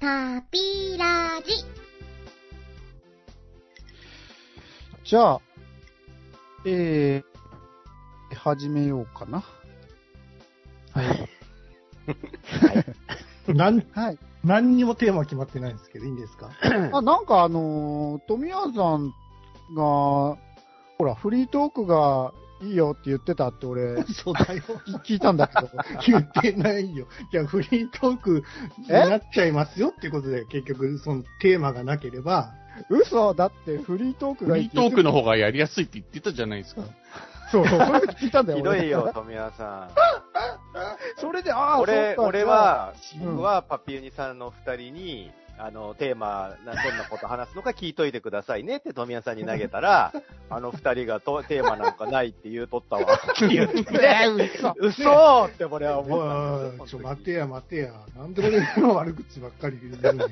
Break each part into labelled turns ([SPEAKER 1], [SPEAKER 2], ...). [SPEAKER 1] タピラジ。
[SPEAKER 2] じゃあ、えー、始めようかな。
[SPEAKER 3] はい。
[SPEAKER 4] なん、
[SPEAKER 2] はい。
[SPEAKER 4] 何にもテーマ決まってないんですけど、いいんですか
[SPEAKER 2] あ、なんかあのー、富谷さんが、ほら、フリートークがいいよって言ってたって俺、
[SPEAKER 4] そうだよ。
[SPEAKER 2] 聞いたんだけど。
[SPEAKER 4] 言ってないよ。いや、フリートークになっちゃいますよってことで、結局、そのテーマがなければ、
[SPEAKER 2] 嘘だってフリートーク
[SPEAKER 3] フ
[SPEAKER 2] がいい
[SPEAKER 3] リ
[SPEAKER 2] っ
[SPEAKER 3] ー
[SPEAKER 2] て言
[SPEAKER 3] ト
[SPEAKER 2] っ
[SPEAKER 3] ー
[SPEAKER 2] て
[SPEAKER 3] クの方がやりやすいって言ってたじゃないですか。
[SPEAKER 2] そうそう、それ聞いたんだよ。
[SPEAKER 5] ひどいよ
[SPEAKER 2] 俺、。
[SPEAKER 5] 富谷さん。
[SPEAKER 2] それで、ああ、
[SPEAKER 5] 俺、
[SPEAKER 2] そうか
[SPEAKER 5] 俺、は、
[SPEAKER 2] うん
[SPEAKER 5] 僕はパピユニさんの二人に、あの、テーマ、などんなこと話すのか聞いといてくださいねって富谷さんに投げたら、あの二人がとテーマなんかないって言うとったわ。って言って、
[SPEAKER 2] じゃあね嘘
[SPEAKER 5] 嘘って俺は
[SPEAKER 4] う
[SPEAKER 5] 思ったん
[SPEAKER 4] わ
[SPEAKER 5] で
[SPEAKER 4] ー
[SPEAKER 5] す
[SPEAKER 4] ち
[SPEAKER 5] よ。
[SPEAKER 4] ょ、待てや、待てや。なんで俺の悪口ばっかり言うねん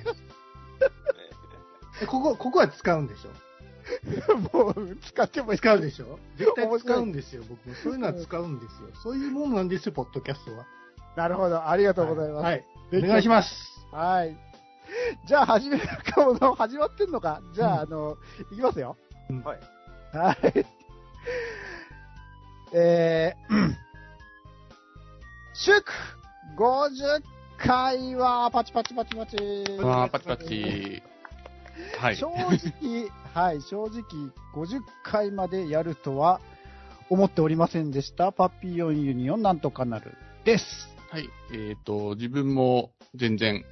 [SPEAKER 4] えここ、ここは使うんでしょ
[SPEAKER 2] もう、使ってもいい
[SPEAKER 4] 使うでしょ絶対使うんですよ、僕も。そういうのは使うんですよ。そういうもんなんですよ、ポッドキャストは。
[SPEAKER 2] なるほど、ありがとうございます。
[SPEAKER 4] はい。お願いします。
[SPEAKER 2] はい。じゃあ、始めるかも、始まってんのか。じゃあ、あの、いきますよ。
[SPEAKER 4] うん
[SPEAKER 5] はい。
[SPEAKER 2] はい。えー、祝50回は、パチパチパチパチ。
[SPEAKER 3] あーパチパチ。はい。
[SPEAKER 2] 正直、はい、正直、50回までやるとは思っておりませんでした。パピヨンユニオンなんとかなるです。
[SPEAKER 3] はい。えっ、と、自分も全然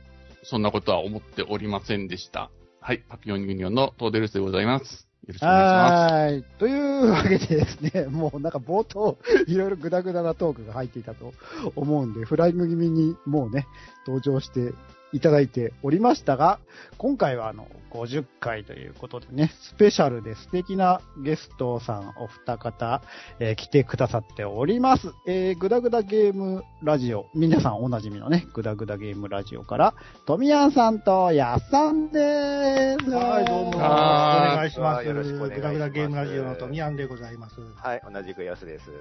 [SPEAKER 3] そんなことは思っておりませんでした。はい。パピオンユニオンのトーデルスでございます。よろしくお願いしま
[SPEAKER 2] はい。というわけでですね、もうなんか冒頭、いろいろグダグダなトークが入っていたと思うんで、フライング気味にもうね、登場していただいておりましたが、今回はあの、50回ということでね、スペシャルで素敵なゲストさんお二方、えー来てくださっております。えー、グダグダゲームラジオ、皆さんおなじみのね、グダグダゲームラジオから、トミヤンさんとやっさんです。
[SPEAKER 4] はい、どうも。お
[SPEAKER 3] は
[SPEAKER 4] 願いします。
[SPEAKER 5] よろしくお願いします
[SPEAKER 4] グダグダゲームラジオの富安でございます。よ
[SPEAKER 5] はい、同じく安です。よ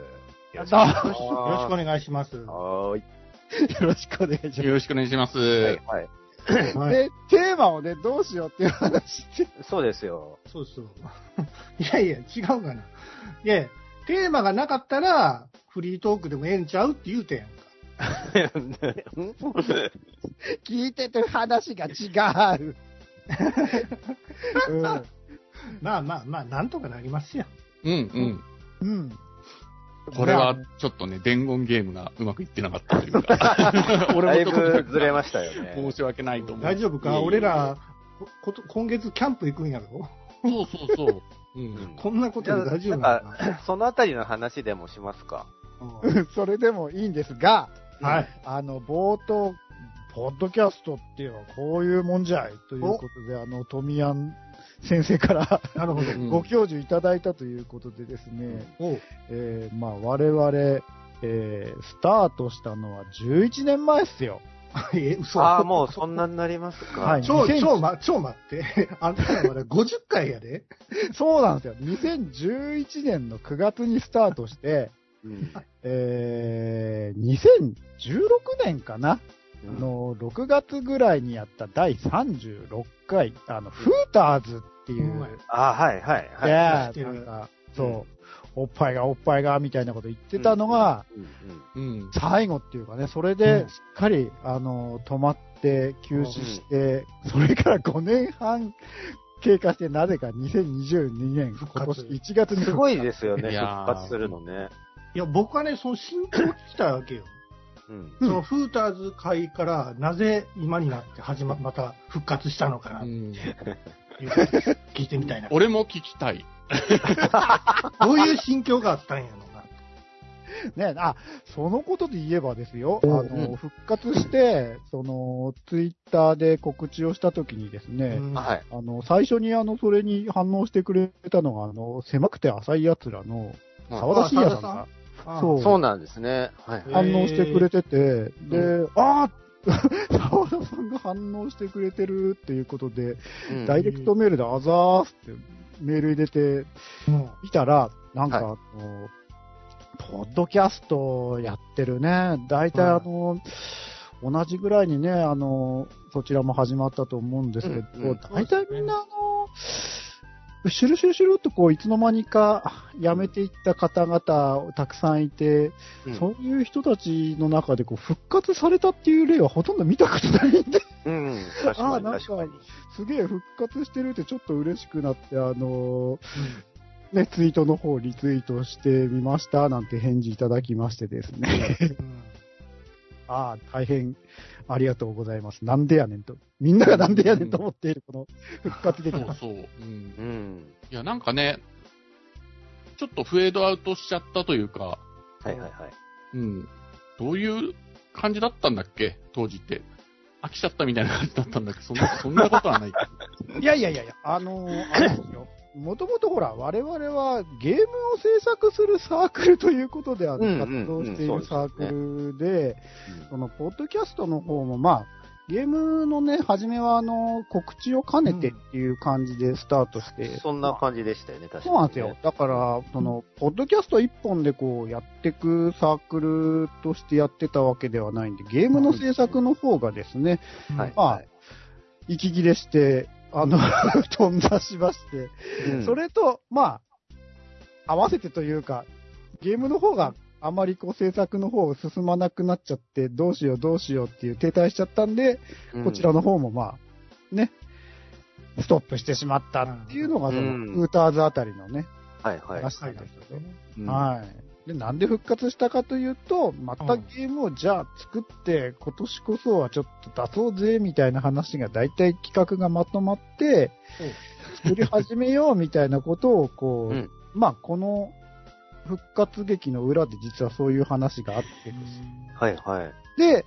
[SPEAKER 5] ろしくお
[SPEAKER 2] どうも
[SPEAKER 4] ろしくお
[SPEAKER 5] 願いしま
[SPEAKER 4] 願いします。
[SPEAKER 5] す。はーい。
[SPEAKER 2] よろしくお願いします
[SPEAKER 3] す。。よろしくお願いします。
[SPEAKER 5] はい、は
[SPEAKER 4] は
[SPEAKER 5] い。
[SPEAKER 4] い
[SPEAKER 2] で、テーマをね、どうしようっていう話で。
[SPEAKER 5] そうですよ。
[SPEAKER 4] そうそう。いやいや、違うかな。いやいやテーマがなかったら、フリートークでもええんちゃうって言うてんやんか。
[SPEAKER 2] 聞いてて話が違 う。うん
[SPEAKER 4] まあまあまあ、なんとかなりますやん。
[SPEAKER 3] うんうん。
[SPEAKER 2] うん。
[SPEAKER 3] これはちょっとね、伝言ゲームがうまくいってなかったというか。
[SPEAKER 5] だ
[SPEAKER 3] 俺
[SPEAKER 5] い
[SPEAKER 3] もちょっと
[SPEAKER 5] ぶずれましたよね。
[SPEAKER 3] 申し訳ないと思う。
[SPEAKER 4] 大丈夫
[SPEAKER 3] いえい
[SPEAKER 4] か
[SPEAKER 3] え
[SPEAKER 4] 俺。ら、ここと今月キャンプ行くんやろ
[SPEAKER 3] そうそうそう。 うん。
[SPEAKER 4] こんなことで大丈夫なの
[SPEAKER 5] い
[SPEAKER 4] か
[SPEAKER 5] そのあたりの話でもしますか。
[SPEAKER 4] うん
[SPEAKER 2] それでもいいんですが、
[SPEAKER 4] はい。
[SPEAKER 2] あの、冒頭、ポッドキャストっていうのはこういうもんじゃいということで、あの、富安先生から
[SPEAKER 4] なるほど。
[SPEAKER 3] うん
[SPEAKER 2] ご教授いただいたということでですね、
[SPEAKER 4] おう
[SPEAKER 2] えーまあ、我々、えースタートしたのは11年前っすよ。
[SPEAKER 4] え、嘘。
[SPEAKER 5] ああ、もうそんなになりますか。
[SPEAKER 2] はい
[SPEAKER 4] 超、
[SPEAKER 2] 2000
[SPEAKER 4] 超、ま、超待って。あんたらまだ50回やで。
[SPEAKER 2] そうなんですよ。2011年の9月にスタートして、
[SPEAKER 5] うん
[SPEAKER 2] えー、2016年かな、あの、6月ぐらいにやった第36回、あの、フーターズっていうう、
[SPEAKER 4] ん
[SPEAKER 5] あーはい、はい、
[SPEAKER 2] で、
[SPEAKER 5] はい。
[SPEAKER 2] な
[SPEAKER 4] 知ってる
[SPEAKER 2] んか、そう、おっぱいがおっぱいが、みたいなこと言ってたのが、
[SPEAKER 5] うんうん
[SPEAKER 3] うん。
[SPEAKER 2] 最後っていうかね、それ
[SPEAKER 4] う
[SPEAKER 2] で
[SPEAKER 4] ん
[SPEAKER 2] しっかり、あの、止まって、休止して、それから5年半経過して、なぜか2022年、
[SPEAKER 4] 復
[SPEAKER 2] 今
[SPEAKER 4] 活
[SPEAKER 2] 年1月に
[SPEAKER 5] すごいですよね、
[SPEAKER 3] い
[SPEAKER 5] 出
[SPEAKER 3] やー
[SPEAKER 5] 発するのね。
[SPEAKER 4] いや、僕はね、その心境を聞きたいわけよ。
[SPEAKER 5] うん。
[SPEAKER 4] そのフーターズ会からなぜ今になって始ま、また復活したのかなっ
[SPEAKER 3] う
[SPEAKER 4] て
[SPEAKER 3] ん
[SPEAKER 4] いうことを聞いてみたい な。
[SPEAKER 3] 俺も聞きたい。
[SPEAKER 4] どういう心境があったんやろうな。
[SPEAKER 2] ね、あ、そのことで言えばですよ、あ
[SPEAKER 4] うん
[SPEAKER 3] う
[SPEAKER 2] の、復活して、その、ツイッターで告知をしたときにですね、
[SPEAKER 4] うん
[SPEAKER 5] はい。
[SPEAKER 2] あの、最初にあの、それに反応してくれたのが、あの、狭くて浅い奴らの、
[SPEAKER 3] は
[SPEAKER 2] 沢田信也さん
[SPEAKER 4] あ
[SPEAKER 2] が
[SPEAKER 4] あ
[SPEAKER 2] そう
[SPEAKER 5] そうなんですね。はい。
[SPEAKER 4] え
[SPEAKER 2] 反応してくれてて、で、あー 沢田さんが反応してくれてるっていうことで、
[SPEAKER 5] うん
[SPEAKER 2] ダイレクトメールであざーすってメール入れて、
[SPEAKER 4] うん
[SPEAKER 2] 見たら、なんか、
[SPEAKER 5] は
[SPEAKER 2] あの、ポッドキャストやってるね。大体
[SPEAKER 4] うん
[SPEAKER 2] あの、同じぐらいにね、あの、そちらも始まったと思うんですけど、
[SPEAKER 3] うんうん
[SPEAKER 2] 大体みんな、あの、シュルシュルシュルっとこう、いつの間にか辞めていった方々たくさんいて、
[SPEAKER 3] うん
[SPEAKER 2] そういう人たちの中でこう、復活されたっていう例はほとんど見たことないんで、
[SPEAKER 5] うん。確
[SPEAKER 2] あ
[SPEAKER 5] か
[SPEAKER 2] ー
[SPEAKER 5] に、
[SPEAKER 2] なんか
[SPEAKER 5] 確かに。
[SPEAKER 2] すげえ復活してるってちょっと嬉しくなって、あのーね、ツイートの方リツイートしてみましたなんて返事いただきましてですね。
[SPEAKER 4] うん
[SPEAKER 2] ああ、大変ありがとうございます。なんでやねんと。みんながなんでやねんと思っている、この復活劇
[SPEAKER 3] そ
[SPEAKER 2] が
[SPEAKER 3] う。そう。うん
[SPEAKER 5] う。ん。
[SPEAKER 3] いや、なんかね、ちょっとフェードアウトしちゃったというか、
[SPEAKER 5] はいはいはい。
[SPEAKER 3] うん。どういう感じだったんだっけ当時って。飽きちゃったみたいな感じだったんだけど、そんな、そんなこと はない。
[SPEAKER 2] いやいやいやいや、 あのー、あれですよ。もともとほら、我々はゲームを制作するサークルということで、あの
[SPEAKER 5] うんうん
[SPEAKER 2] 活動してい
[SPEAKER 5] うん
[SPEAKER 2] るサークルで、
[SPEAKER 5] うん
[SPEAKER 2] そのポッドキャストの方も、まあ、ゲームのね、初めはあの告知を兼ねてっていう感じでスタートして、
[SPEAKER 5] そんな感じでしたよね、確かに
[SPEAKER 2] そ
[SPEAKER 5] ね。
[SPEAKER 2] うなんですよ。だから、その、ポッドキャスト一本でこう、やってくサークルとしてやってたわけではないんで、ゲームの制作の方がですね、
[SPEAKER 5] はい。
[SPEAKER 2] まあ、息切れして、あの、 飛んだしまして、
[SPEAKER 5] うん
[SPEAKER 2] それと、まあ、合わせてというか、ゲームの方があまりこう制作の方進まなくなっちゃって、どうしようどうしようっていう停滞しちゃったんで、
[SPEAKER 5] うん
[SPEAKER 2] こちらの方もまあ、ね、ストップしてしまったっていうのが、その、
[SPEAKER 5] うん
[SPEAKER 2] ウーターズあたりのね、
[SPEAKER 5] はいはい。
[SPEAKER 2] 話な
[SPEAKER 4] は
[SPEAKER 2] ん
[SPEAKER 4] い
[SPEAKER 2] ですけど。
[SPEAKER 5] うん
[SPEAKER 2] はい。で、なんで復活したかというと、またゲームをじゃあ作って、今年こそはちょっと出そうぜ、みたいな話が大体企画がまとまって、作り始めようみたいなことを、こう、
[SPEAKER 5] うん
[SPEAKER 2] まあ、この復活劇の裏で実はそういう話があってです。
[SPEAKER 5] はいはい。
[SPEAKER 2] で、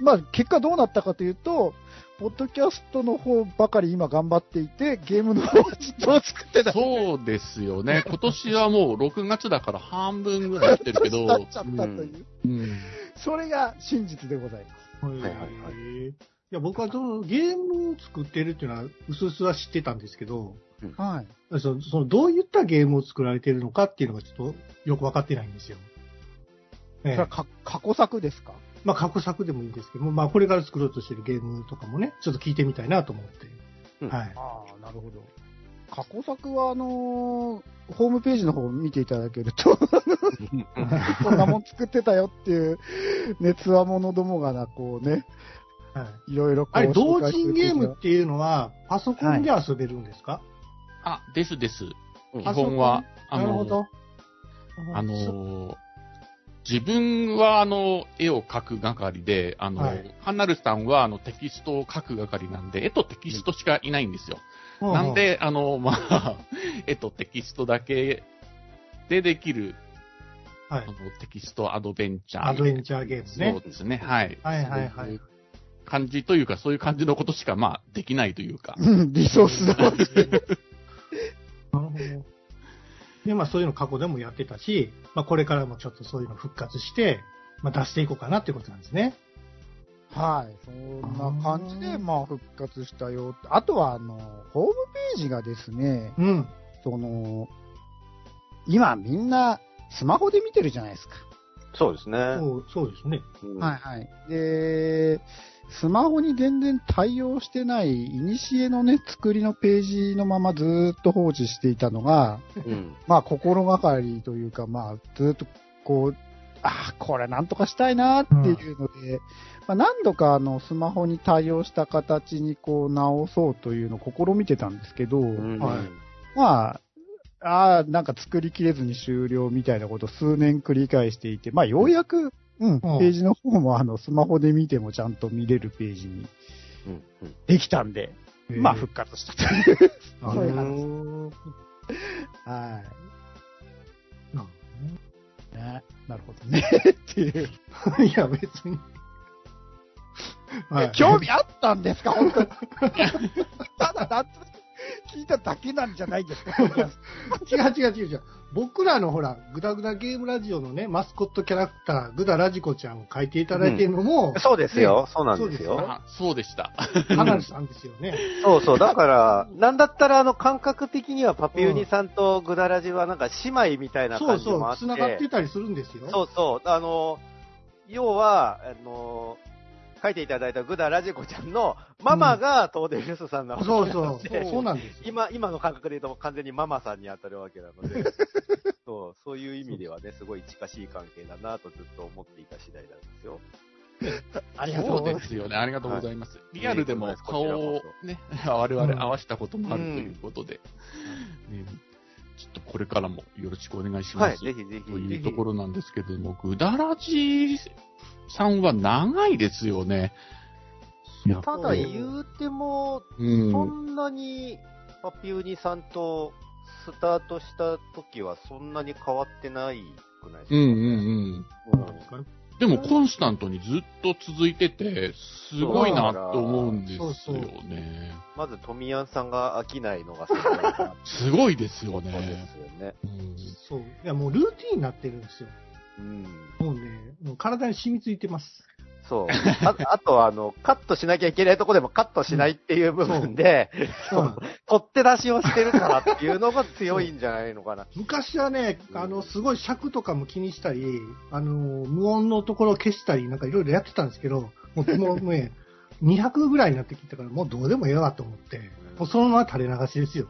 [SPEAKER 2] まあ、結果どうなったかというと、ポッドキャストの方ばかり今頑張っていて、ゲームの方はずっと作ってた。
[SPEAKER 3] そうですよね。今年はもう6月だから半分ぐらいやってる けど、
[SPEAKER 2] 経っちゃったという。
[SPEAKER 5] うん
[SPEAKER 3] うん
[SPEAKER 2] それが真実でございます。
[SPEAKER 4] はい
[SPEAKER 5] はいはい
[SPEAKER 4] いや、僕はそのゲームを作ってるっていうのは、うすうすは知ってたんですけど、
[SPEAKER 2] はい。
[SPEAKER 4] そのそのどういったゲームを作られてるのかっていうのがちょっとよくわかってないんですよ。
[SPEAKER 2] そ
[SPEAKER 4] え
[SPEAKER 2] れ
[SPEAKER 4] え
[SPEAKER 2] はか過去作ですか
[SPEAKER 4] まあ、過去作でもいいんですけども、まあ、これから作ろうとしてるゲームとかもね、ちょっと聞いてみたいなと思って。
[SPEAKER 5] うん
[SPEAKER 4] はい。
[SPEAKER 2] ああ、なるほど。過去作は、あのーホームページの方を見ていただけると、こんなもん作ってたよっていう、熱は者どもがな、こうね、
[SPEAKER 4] はい、
[SPEAKER 2] いろいろこう
[SPEAKER 4] あれ、同
[SPEAKER 2] 紹介す
[SPEAKER 4] 人
[SPEAKER 2] る
[SPEAKER 4] ゲームっていうのは、パソコンで遊べるんですか、
[SPEAKER 3] あ、ですです。
[SPEAKER 5] うん
[SPEAKER 3] 基本は、あ
[SPEAKER 4] なるほ
[SPEAKER 3] の、
[SPEAKER 4] ど。
[SPEAKER 3] あのー自分はあの、絵を描く係で、あの、
[SPEAKER 4] はい
[SPEAKER 3] ハンナルさんはあの、テキストを描く係なんで、絵とテキストしかいないんですよ。
[SPEAKER 4] う
[SPEAKER 3] なん、で、あの、まあ、 絵とテキストだけでできる、
[SPEAKER 4] は
[SPEAKER 3] あ
[SPEAKER 4] い
[SPEAKER 3] の、テキストアドベンチャー。
[SPEAKER 4] アドベン
[SPEAKER 3] チ
[SPEAKER 4] チャーゲーム
[SPEAKER 3] そ
[SPEAKER 4] ね
[SPEAKER 3] う。ですね、はい。
[SPEAKER 4] はいはいはい
[SPEAKER 3] そうう感じというか、そういう感じのことしか、まあ、できないというか。
[SPEAKER 2] うん、リソースだ。
[SPEAKER 4] なるほど。で、まあそういうの過去でもやってたし、まあこれからもちょっとそういうの復活して、まあ出していこうかなってことなんですね。
[SPEAKER 2] はい。そんな感じ
[SPEAKER 4] あ
[SPEAKER 2] で、
[SPEAKER 4] ー
[SPEAKER 2] まあ、復活したよ。あとは、あのーホームページがですね、
[SPEAKER 4] うん。
[SPEAKER 2] その、今みんなスマホで見てるじゃないですか。
[SPEAKER 5] そうですね。
[SPEAKER 4] そうそうですね。
[SPEAKER 5] うん
[SPEAKER 2] はいはい。で、スマホに全然対応してない、いにしえのね、作りのページのままずーっと放置していたのが、
[SPEAKER 5] うん
[SPEAKER 2] まあ、心がかりというか、まあ、ずーっとこう、ああ、これなんとかしたいなーっていうので、まあ、何度かあの、スマホに対応した形にこう、直そうというのを試みてたんですけど、
[SPEAKER 5] うん
[SPEAKER 4] はい
[SPEAKER 2] まあ、ああ、なんか作りきれずに終了みたいなことを数年繰り返していて、まあようやく、うん、ページの方もあの、スマホで見てもちゃんと見れるページに
[SPEAKER 5] うんうん
[SPEAKER 2] できたんで、まあ復活したという。
[SPEAKER 4] な
[SPEAKER 2] そういう話
[SPEAKER 4] る
[SPEAKER 2] は
[SPEAKER 4] ほど
[SPEAKER 2] い。ね、なるほど ね。っていう。
[SPEAKER 4] いや、別に。はい
[SPEAKER 2] 興味あったんですか本当に。ただ、なんとなく聞いただけなんじゃないです かポッドキャス
[SPEAKER 4] 違う違う違う違う。僕らのほら、グダグダゲームラジオのね、マスコットキャラクター、グダラジコちゃんを書いていただいてるのも、
[SPEAKER 5] そうですよ。そうなん
[SPEAKER 4] そうで
[SPEAKER 5] で
[SPEAKER 4] すす
[SPEAKER 5] よ。
[SPEAKER 4] よ
[SPEAKER 3] あそうでした。
[SPEAKER 4] かなりさんですよね。
[SPEAKER 5] そうそう。だから、なんだったら、あの、感覚的にはパピユニさんとグダラジはなんか姉妹みたいな
[SPEAKER 4] そう
[SPEAKER 5] 感じ
[SPEAKER 4] そ
[SPEAKER 5] もあ
[SPEAKER 4] う、
[SPEAKER 5] って。
[SPEAKER 4] 繋がってたりするんですよ。
[SPEAKER 5] そうそう。あの、要は、あのー書いていただいたグダラジコちゃんのママがトーデルスさんなわけな
[SPEAKER 4] そう
[SPEAKER 5] の
[SPEAKER 4] そ
[SPEAKER 5] で、
[SPEAKER 4] う。そうなんですよ。
[SPEAKER 5] 今、今の感覚で言うと完全にママさんに当たるわけな ので、そう、そういう意味ではね、すごい近しい関係だなとずっと思っていた次第なんですよ。
[SPEAKER 4] ありがとうご
[SPEAKER 3] そう
[SPEAKER 4] ざい
[SPEAKER 3] で
[SPEAKER 4] ます。
[SPEAKER 3] すよね。ありがとうございます。
[SPEAKER 5] い
[SPEAKER 3] リアルでも顔をね、 我々合わせたこともあるということで、ねちょっとこれからもよろしくお願いします。
[SPEAKER 5] はい、ぜひぜひ。
[SPEAKER 3] というところなんですけども、ぐだらじさんは長いですよね。やっぱ
[SPEAKER 5] た
[SPEAKER 3] り
[SPEAKER 5] だ言うても、
[SPEAKER 3] うん。
[SPEAKER 5] そんなに、パピウニさんとスタートした時はそんなに変わってないくないです
[SPEAKER 3] う
[SPEAKER 5] か、
[SPEAKER 3] んうん
[SPEAKER 5] う
[SPEAKER 3] う
[SPEAKER 5] ん
[SPEAKER 3] ん。でもコンスタントにずっと続いてて、すごいなと思うんですよね。
[SPEAKER 4] そうそう
[SPEAKER 5] まず、トミヤンさんが飽きないのがすごいなって
[SPEAKER 3] すごいですよ
[SPEAKER 5] 思うんで
[SPEAKER 3] ね。
[SPEAKER 5] すよね。
[SPEAKER 3] うん
[SPEAKER 4] そう。いや、もうルーティーンになってるんですよ。
[SPEAKER 5] うん。
[SPEAKER 4] もうね、もう体に染みついてます。
[SPEAKER 5] そう。ああとは、あの、カットしなきゃいけないとこでもカットしないっていう部分で、
[SPEAKER 4] そうなんです
[SPEAKER 5] 取って出しをしてるからっていうのが強いんじゃないのかな。
[SPEAKER 4] 昔はね、あの、すごい尺とかも気にしたり、あの、無音のところを消したり、なんかいろいろやってたんですけど、もう、もうね、200ぐらいになってきたから、もうどうでもええわと思って、もうそのまま垂れ流しですよ。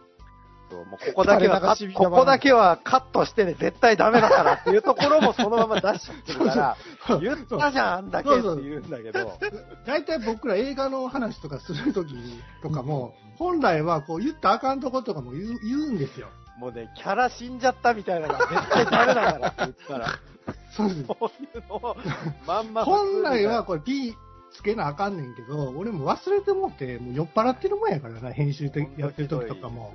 [SPEAKER 5] そうもうここだけはカ
[SPEAKER 2] 垂れ流
[SPEAKER 5] ッ、
[SPEAKER 2] し
[SPEAKER 5] ここだけはカットしてね、絶対ダメだからっていうところもそのまま出しちゃってるから、言ったじゃん、あんだけって言うんだけど。
[SPEAKER 4] 大体僕ら映画の話とかするときとかも、本来はこう言ったらあかんとことかも言う言うんですよ。
[SPEAKER 5] もうね、キャラ死んじゃったみたいなのが絶対ダメだからって言ってたら、
[SPEAKER 4] そうです。
[SPEAKER 5] そういうのをまんま普通
[SPEAKER 4] 本
[SPEAKER 5] に
[SPEAKER 4] 来はこれ P つけなあかんねんけど、俺も忘れてもって、もう酔っ払ってるもんやからな、編集でやってる時とかも。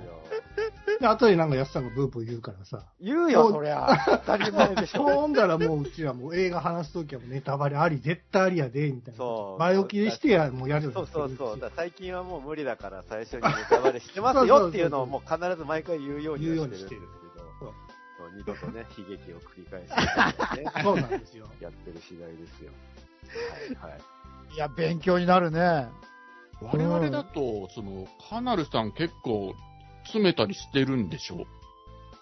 [SPEAKER 4] で、後でなんかやつさんがブーブー言うからさ。
[SPEAKER 5] 言うよ、そりゃ。当たり前でしょ。
[SPEAKER 4] ほんだらもううちはもう映画話すときはもうネタバレあり、絶対ありやで、みたいな。
[SPEAKER 5] そう
[SPEAKER 4] 前置きでしてや、もうやるよ
[SPEAKER 5] そうそうそう。
[SPEAKER 4] う
[SPEAKER 5] だから最近はもう無理だから最初にネタバレしてますよっていうのをもう必ず毎回言うようにはしてるんですけど、
[SPEAKER 4] そう
[SPEAKER 5] そう二度とね、悲劇を繰り返す、ね、
[SPEAKER 4] そうなんですよ。
[SPEAKER 5] やってる次第ですよ。はい、はい。
[SPEAKER 2] いや、勉強になるね。
[SPEAKER 3] 我々だと、その、カナルさん結構詰めたりしてるんでしょ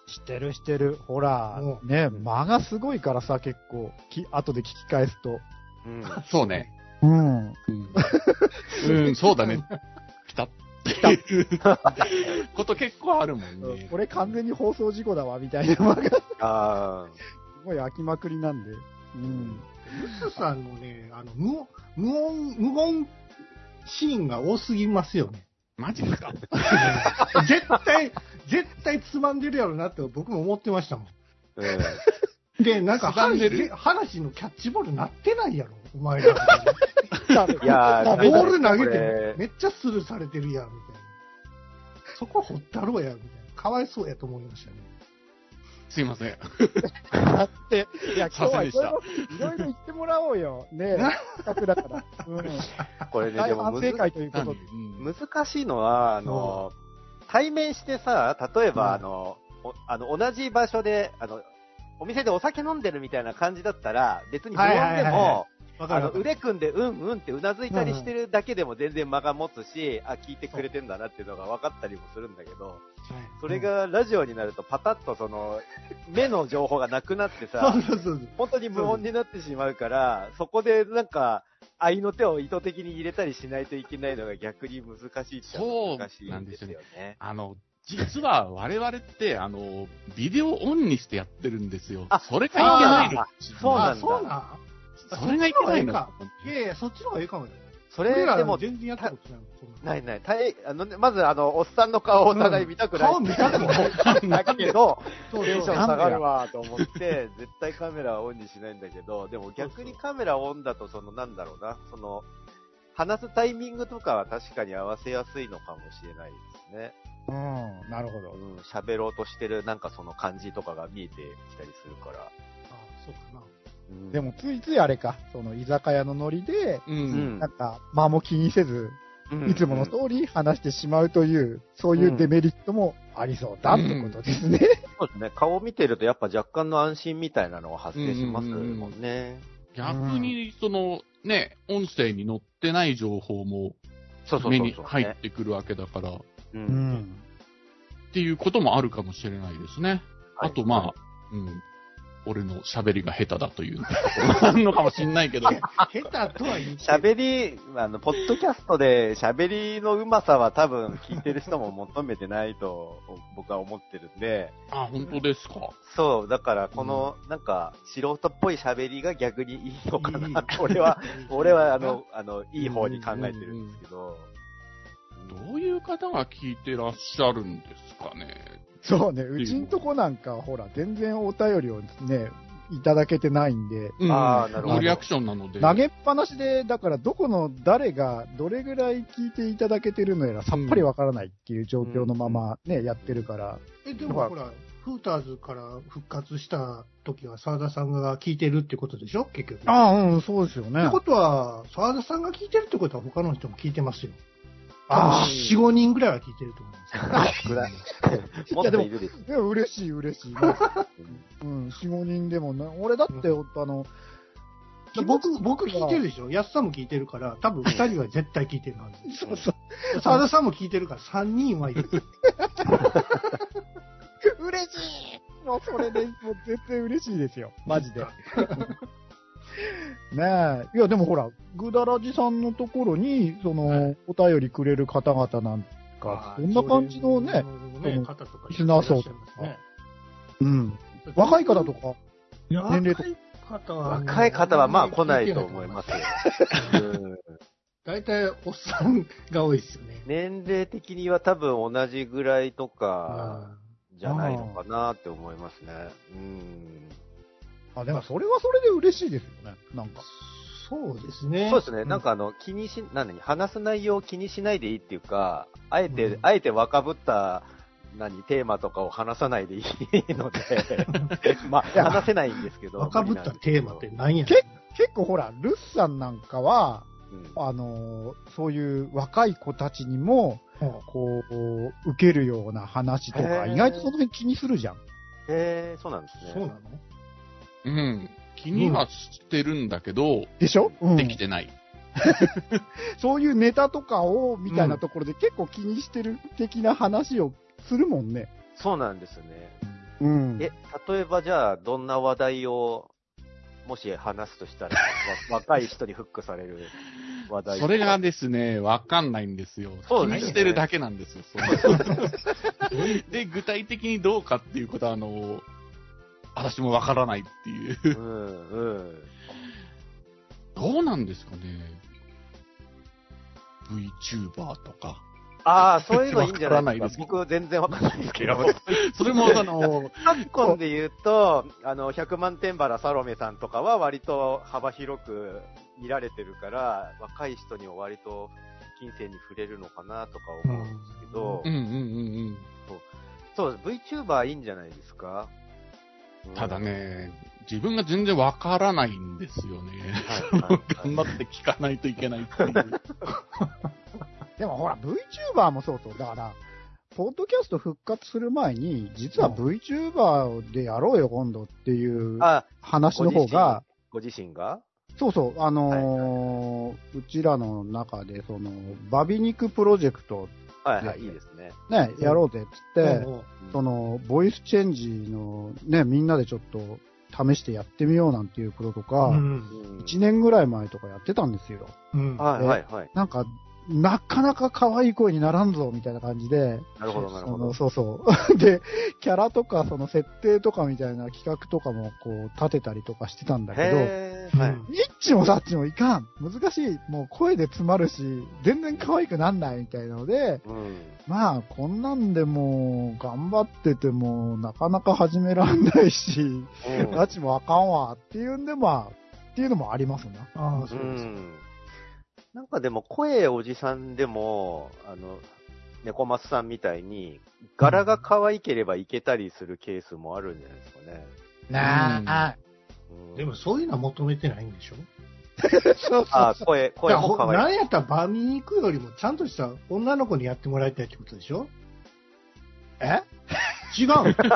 [SPEAKER 2] してるしてる。ほら
[SPEAKER 4] も、
[SPEAKER 2] ね、間がすごいからさ、結構、き後で聞き返すと。
[SPEAKER 5] うん。
[SPEAKER 3] そうね。
[SPEAKER 2] うん。
[SPEAKER 3] うん、うん、そうだね。ピタッ。 こと結構あるもんね。
[SPEAKER 2] これ完全に放送事故だわ、みたいな 間が、す
[SPEAKER 5] あ
[SPEAKER 2] ごい飽きまくりなんで。うん。
[SPEAKER 4] ムスさんのね、あの、無音、無音、無音シーンが多すぎますよ ね。
[SPEAKER 3] マジです か
[SPEAKER 4] 絶対、絶対つまんでるやろなって僕も思ってましたもん。
[SPEAKER 5] ーうん。
[SPEAKER 4] で、なんか
[SPEAKER 3] つまんでる
[SPEAKER 4] 話話のキャッチボールなってないやろ、お前 ら。
[SPEAKER 5] いやー、
[SPEAKER 4] ボール投げ
[SPEAKER 5] こ
[SPEAKER 4] て
[SPEAKER 5] れ
[SPEAKER 4] めっちゃスルーされてるやん、みたいな。そこ掘ったろうや、みたいな。かわいそうやと思いましたね。
[SPEAKER 3] すいません。
[SPEAKER 2] だって、いや、今日
[SPEAKER 3] さすが
[SPEAKER 2] はい
[SPEAKER 3] でし
[SPEAKER 2] ろい
[SPEAKER 3] た
[SPEAKER 2] ろ、いろいろ言ってもらおうよ。ね企画だから。うん。
[SPEAKER 5] これね、
[SPEAKER 2] 大
[SPEAKER 5] でも
[SPEAKER 2] 反
[SPEAKER 5] む
[SPEAKER 2] 省
[SPEAKER 5] ず
[SPEAKER 2] 会というこ
[SPEAKER 3] なん
[SPEAKER 2] と
[SPEAKER 3] で
[SPEAKER 2] で。
[SPEAKER 3] うん
[SPEAKER 5] 難しいのは、あの、対面してさ、例えば、あの、おあの同じ場所で、あの、お店でお酒飲んでるみたいな感じだったら、別に無音でも、
[SPEAKER 4] はいはいはいはわ
[SPEAKER 5] あの腕組んでうんうんってうなずいたりしてるだけでも全然間が持つし、あ、聞いてくれてんだなっていうのが分かったりもするんだけど、それ、がラジオになるとパタッとその、 目の情報がなくなって
[SPEAKER 4] は
[SPEAKER 5] さ
[SPEAKER 4] い、そうそうそう
[SPEAKER 5] 本当に無音になってしまうから、そこでなんか、愛の手を意図的に入れたりしないといけないのが逆に難しいっちゃ難しいんですよね。
[SPEAKER 3] あの、実は我々って、あの、ビデオオンにしてやってるんですよ。
[SPEAKER 5] あ
[SPEAKER 3] それがいけないの
[SPEAKER 5] あ。そ
[SPEAKER 4] あ
[SPEAKER 5] うなんだ
[SPEAKER 4] そうなん
[SPEAKER 3] それがいけないの。
[SPEAKER 4] いやいや、そっちの方がいいかもよ。
[SPEAKER 5] そ
[SPEAKER 4] 俺
[SPEAKER 5] れ
[SPEAKER 4] らで
[SPEAKER 5] でも
[SPEAKER 4] も、全然やったことないもんそん
[SPEAKER 5] ないない。たいあのね、まずあの、おっさんの顔をお互い見たくない。
[SPEAKER 4] 顔見たくない
[SPEAKER 5] だけど、
[SPEAKER 4] そう
[SPEAKER 5] テンシ
[SPEAKER 4] そ
[SPEAKER 5] ョン
[SPEAKER 4] う。
[SPEAKER 5] 下がるわと思って、絶対カメラはオンにしないんだけど、でも逆にカメラオンだと、そのなんだろうな、その、話すタイミングとかは確かに合わせやすいのかもしれないですね。
[SPEAKER 2] うん、なるほど
[SPEAKER 5] う。ん、喋ろうとしてるなんかその感じとかが見えてきたりするから。
[SPEAKER 4] あそうかな。
[SPEAKER 5] うん
[SPEAKER 2] で、も、ついついあれか、その居酒屋のノリで、
[SPEAKER 3] う。
[SPEAKER 5] うんん
[SPEAKER 2] なんか、間も気にせず、いつもの通り話してしまうという、そういうデメリットもありそうだってことですね。
[SPEAKER 5] そうですね。顔見てるとやっぱ若干の安心みたいなのは発生しますもんね。
[SPEAKER 3] 逆に、その、ね、音声に載ってない情報も
[SPEAKER 5] そうそうそうそう。
[SPEAKER 3] 目に入っ
[SPEAKER 5] ね
[SPEAKER 3] てくるわけだから、っ
[SPEAKER 5] うん
[SPEAKER 2] うん。
[SPEAKER 3] ていうこともあるかもしれないですね。あと、まあ、うん。俺の喋りが下手だというところなのかもしん ないけど、
[SPEAKER 4] 下手とは言ってない
[SPEAKER 5] 喋り、あの、ポッドキャストで喋りのうまさは多分聞いてる人も求めてないと僕は思ってるんで、
[SPEAKER 3] あ、本当ですか。
[SPEAKER 5] そう、だからこの、なんか、素人っぽい喋りが逆にいいのかな。俺は、俺はあの、あの、いい方に考えてるんですけど、
[SPEAKER 3] どういう方が聞いてらっしゃるんですかね。
[SPEAKER 2] そうね、うちんとこなんか、ほら、全然お便りをね、いただけてないんで、
[SPEAKER 3] うん、
[SPEAKER 5] あーなるほど
[SPEAKER 3] ノーリアクションなので。
[SPEAKER 2] 投げっぱなしで、だからどこの誰がどれぐらい聞いていただけてるのやらさっぱりわからないっていう状況のままね、やってるから、
[SPEAKER 4] え、でもほら、フーターズから復活した時は沢田さんが聞いてるってことでしょ結局。っ
[SPEAKER 2] ああ、うん、そうですよね
[SPEAKER 4] てことは、沢田さんが聞いてるってことは他の人も聞いてますよ。
[SPEAKER 2] あ
[SPEAKER 4] あ
[SPEAKER 2] あ
[SPEAKER 4] あ、4、5人ぐらいは聞いてると思います。
[SPEAKER 5] ぐらい。もっ
[SPEAKER 2] やで
[SPEAKER 5] と
[SPEAKER 2] も
[SPEAKER 5] いるでし
[SPEAKER 2] い
[SPEAKER 5] ょ。
[SPEAKER 2] や嬉しい、嬉しい。うん、4、5人でもね、俺だって、あの、
[SPEAKER 4] 僕、僕聞いてるでしょ安さんも聞いてるから、多分2人は絶対聞いてるはず。
[SPEAKER 2] そうそ
[SPEAKER 4] 沢田さんも聞いてるから3人はいる。
[SPEAKER 2] う。嬉しいもうそれで、 もう全然嬉しいですよ。マ ジで。ねえ。いや、でもほら、ぐだらじさんのところに、その、お便りくれる方々なんか、そんな感じのね、そ
[SPEAKER 4] 常連
[SPEAKER 2] の
[SPEAKER 4] の方とか
[SPEAKER 2] リスナー層とかうん。若い方とか、年
[SPEAKER 4] 年
[SPEAKER 2] 齢
[SPEAKER 4] 齢
[SPEAKER 2] とか
[SPEAKER 4] とか。方は
[SPEAKER 5] 若い方はまあ来ないと思いますよ。うん
[SPEAKER 4] 大体、おっさんが多いですよね。
[SPEAKER 5] 年齢的には多分同じぐらいとか
[SPEAKER 4] あ
[SPEAKER 5] じゃないのかなって思いますね。うん。
[SPEAKER 2] あ、でもそれはそれで嬉しいですよね。なん
[SPEAKER 4] ー
[SPEAKER 2] か。
[SPEAKER 4] そうですね。
[SPEAKER 5] そうですね。なんかあの、気にし、なんだに、話す内容を気にしないでいいっていうか、あえて、
[SPEAKER 4] うん
[SPEAKER 5] あえて若ぶった、何、テーマとかを話さないでいいの で、まあ、話せないんですけど。
[SPEAKER 4] 若ぶったテーマって何や
[SPEAKER 2] 結結構ほら、ルッさんなんかは、
[SPEAKER 5] うん
[SPEAKER 2] あのーそういう若い子たちにも、
[SPEAKER 4] 構。
[SPEAKER 2] こう、受けるような話とか、
[SPEAKER 5] へー
[SPEAKER 2] 意外とその辺気にするじゃん。
[SPEAKER 5] へえそうなんですね。
[SPEAKER 4] そうなの
[SPEAKER 3] うん。気にはしてるんだけど、
[SPEAKER 2] でしょ、うん
[SPEAKER 3] できてない。
[SPEAKER 2] そういうネタとかを、みたいなところで結構気にしてる的な話をするもんね。
[SPEAKER 5] そうなんですね。
[SPEAKER 2] うん。
[SPEAKER 5] え、例えばじゃあ、どんな話題を、もし話すとした ら、わ若い人にフックされる話題。
[SPEAKER 3] それがですね、わかんないんですよ。
[SPEAKER 5] そう
[SPEAKER 3] 気
[SPEAKER 5] ですね
[SPEAKER 3] にしてるだけなん ですよ。そうで、具体的にどうかっていうことは、あの、私もわからないっていう。
[SPEAKER 5] うん、うん。
[SPEAKER 3] どうなんですかね。VTuber とか。
[SPEAKER 5] ああ、そういうのいいんじゃ
[SPEAKER 3] わか
[SPEAKER 5] ない
[SPEAKER 3] らない
[SPEAKER 5] で
[SPEAKER 3] ですす
[SPEAKER 5] か。
[SPEAKER 3] けど
[SPEAKER 5] 僕全然わかんないですけど。
[SPEAKER 3] それも、あ の、
[SPEAKER 5] 昨今で言うと、あの、100万天原サロメさんとかは割と幅広く見られてるから、若い人には割と金銭に触れるのかなとか思うんですけど、
[SPEAKER 3] うんうんうん
[SPEAKER 5] そう、VTuber いいんじゃないですか、
[SPEAKER 3] うん。ただね、自分が全然わからないんですよね。
[SPEAKER 5] うん、はいはい
[SPEAKER 3] 頑
[SPEAKER 5] は
[SPEAKER 3] 張って聞かないといけないっていう。
[SPEAKER 2] でもほら、VTuber もそうそう。だから、ポッドキャスト復活する前に、実は
[SPEAKER 4] うん
[SPEAKER 2] VTuber でやろうよ、今度っていう
[SPEAKER 5] い、あ、
[SPEAKER 2] 話の方が、
[SPEAKER 5] ご自身が
[SPEAKER 2] そうそう、あのーうちらの中で、その、バビ肉プロジェクト
[SPEAKER 5] はいはい、
[SPEAKER 2] い
[SPEAKER 5] い
[SPEAKER 2] や
[SPEAKER 5] いですね。
[SPEAKER 2] ね、やろうぜっつって、
[SPEAKER 4] も
[SPEAKER 2] その、ボイスチェンジのね、みんなでちょっと試してやってみようなんていうことと
[SPEAKER 4] うう
[SPEAKER 2] か、
[SPEAKER 4] ん。
[SPEAKER 5] うん
[SPEAKER 2] 一1年ぐらい前とかやってたんですよ。
[SPEAKER 4] うん。
[SPEAKER 5] はいはいはい。
[SPEAKER 2] なんか、なかなか可愛い声にならんぞ、みたいな感じで。
[SPEAKER 5] なるほどなるほ
[SPEAKER 2] その
[SPEAKER 5] ど。
[SPEAKER 2] そうそう。 で、キャラとか、その設定とかみたいな企画とかも、こう、立てたりとかしてたんだけど、
[SPEAKER 5] へー、は
[SPEAKER 4] う
[SPEAKER 5] い
[SPEAKER 4] ん。
[SPEAKER 2] ニッチもサッチもいかん。難しい。もう声で詰まるし、全然可愛くなんないみたいなので、
[SPEAKER 5] うん。
[SPEAKER 2] まあ、こんなんでもう、頑張ってても、なかなか始めらんないし、
[SPEAKER 5] うん
[SPEAKER 2] ガチもあかんわっていうんで、まあ、っていうのもありますな。
[SPEAKER 4] ああ、
[SPEAKER 5] う
[SPEAKER 4] そうです。
[SPEAKER 5] ん なんかでも声おじさんでも、あの、猫松さんみたいに、柄が可愛ければいけたりするケースもあるんじゃないですかね。
[SPEAKER 2] なあ、
[SPEAKER 5] うん
[SPEAKER 4] でも、そういうのは求めてないんでしょ
[SPEAKER 2] そう
[SPEAKER 5] あ、声、声も可
[SPEAKER 4] な
[SPEAKER 5] 愛い。
[SPEAKER 4] んやったらバミに行くよりも、ちゃんとした女の子にやってもらいたいってことでしょ
[SPEAKER 2] え
[SPEAKER 4] 違 う
[SPEAKER 5] うんうんうん
[SPEAKER 2] 話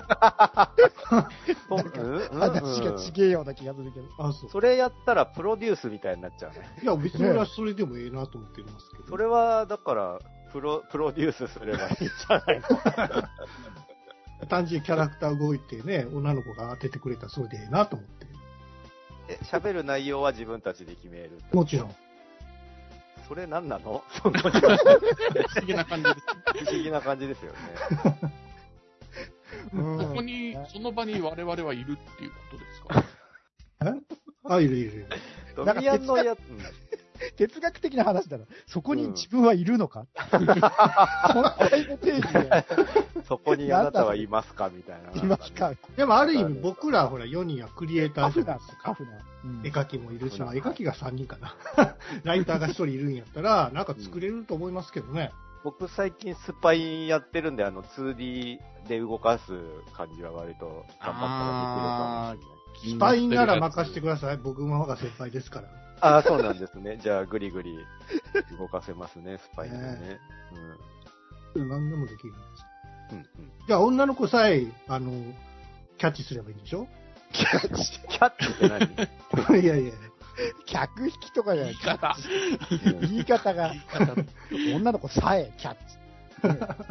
[SPEAKER 2] がちげえような気がするけど。
[SPEAKER 4] あそう。
[SPEAKER 5] それやったらプロデュースみたいになっちゃうね。
[SPEAKER 4] いや、別に俺はそれでもええなと思ってますけど。
[SPEAKER 5] それは、だから、プロ、プロデュースすればいいんじゃない
[SPEAKER 4] 単純にキャラクター動いてね、女の子が当ててくれたらそれでええなと思って。
[SPEAKER 5] え、喋る内容は自分たちで決める。
[SPEAKER 4] もちろん。
[SPEAKER 5] それ何なの その不
[SPEAKER 3] 不思議な感じです。
[SPEAKER 5] 思議な感じですよね。
[SPEAKER 2] うん
[SPEAKER 3] そこに、その場に我々はいるっていうことですか
[SPEAKER 4] あ、いるいるいる。
[SPEAKER 5] ドミアンのやつ、
[SPEAKER 2] 哲学的な話だな。そこに自分はいるのか、 そんな大の定義で、
[SPEAKER 5] うんそこにあなたはいますかみたいな。
[SPEAKER 2] いますか。
[SPEAKER 4] でもある意味僕らほら4人はクリエイタ
[SPEAKER 2] カ
[SPEAKER 4] ー
[SPEAKER 2] フ
[SPEAKER 4] じゃない
[SPEAKER 2] ナ
[SPEAKER 4] ですか。
[SPEAKER 2] カフナ。うん
[SPEAKER 4] 絵描きもいるし、
[SPEAKER 5] うん
[SPEAKER 4] まあ絵描きが3人かな。 ライターが1人いるんやったら、なんか作れると思いますけどね。
[SPEAKER 5] 僕最近スパイやってるんで、あの 2D で動かす感じは割と頑張ったらできるかもしれない。
[SPEAKER 4] スパインなら任せて
[SPEAKER 3] く
[SPEAKER 4] ください。僕もが先輩ですから。
[SPEAKER 5] ああ、そうなんですね。じゃあ、ぐりぐり動かせますね、スパイでね。
[SPEAKER 4] 何でもできる。
[SPEAKER 5] うん。うんうん。
[SPEAKER 4] じゃあ女の子さえ、あの、キャッチすればいいんでしょ
[SPEAKER 5] キャッチって何
[SPEAKER 4] いやいや。
[SPEAKER 2] 客引きとかじゃな
[SPEAKER 3] 言
[SPEAKER 2] い
[SPEAKER 3] い。方。
[SPEAKER 2] 言い方が
[SPEAKER 3] 言い、方。
[SPEAKER 2] 女の子さえキャッチ。うん
[SPEAKER 4] だか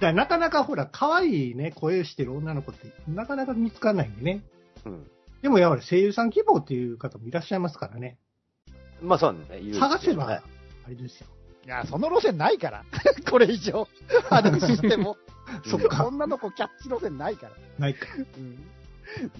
[SPEAKER 4] らなかなかほら、可愛いね、声してる女の子って、なかなか見つからないんでね。
[SPEAKER 5] うん。
[SPEAKER 4] でもやはり声優さん希望っていう方もいらっしゃいますからね。
[SPEAKER 5] まあそうなんですね。
[SPEAKER 4] 探せ
[SPEAKER 5] はい
[SPEAKER 4] ば、あれですよ。
[SPEAKER 2] いや、その路線ないから。 これ以上。話しても。
[SPEAKER 4] そっか。
[SPEAKER 2] 女の子キャッチ路線ないから。
[SPEAKER 4] ないか。
[SPEAKER 2] うん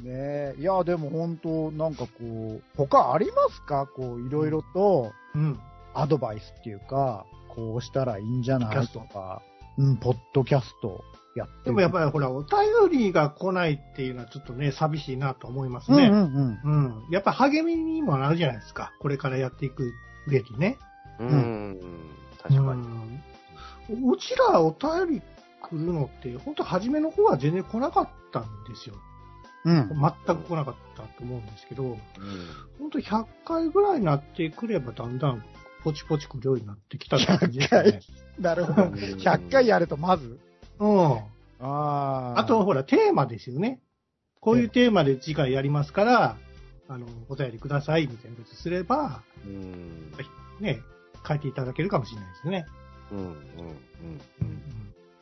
[SPEAKER 2] ねえ。いや、でも本当なんかこう、他ありますかこう、いろいろと
[SPEAKER 4] うん。
[SPEAKER 2] アドバイスっていうか、こうしたらいいんじゃないとか、うん、ポッドキャストやって
[SPEAKER 4] でもやっ
[SPEAKER 2] り
[SPEAKER 4] ぱりほら、お便りが来ないっていうのはちょっとね、寂しいなと思います
[SPEAKER 2] ね。うん
[SPEAKER 4] ね。
[SPEAKER 2] うんうん。
[SPEAKER 4] うん、やっぱ励みにもなるじゃないですか。これからやっていく上にね。
[SPEAKER 5] うん。うん確かに。
[SPEAKER 4] うん。うちらお便り来るのって、本当初めの方は全然来なかったんですよ。
[SPEAKER 2] うん。
[SPEAKER 4] 全く来なかったと思うんですけど、本当100回ぐらいになってくればだんだんポチポチ来るようになってきたって感じですよね。
[SPEAKER 2] なるほど。100回 やるとまず。
[SPEAKER 4] うん。
[SPEAKER 2] ああ。
[SPEAKER 4] あと、、ほら、テーマですよね。こういうテーマで次回やりますから、あの、お便りくださいみたいなことすれば、
[SPEAKER 5] うん。うん。
[SPEAKER 4] ね、書いていただけるかもしれないですね。
[SPEAKER 5] うん。うん。うん。う
[SPEAKER 4] うん
[SPEAKER 5] ん。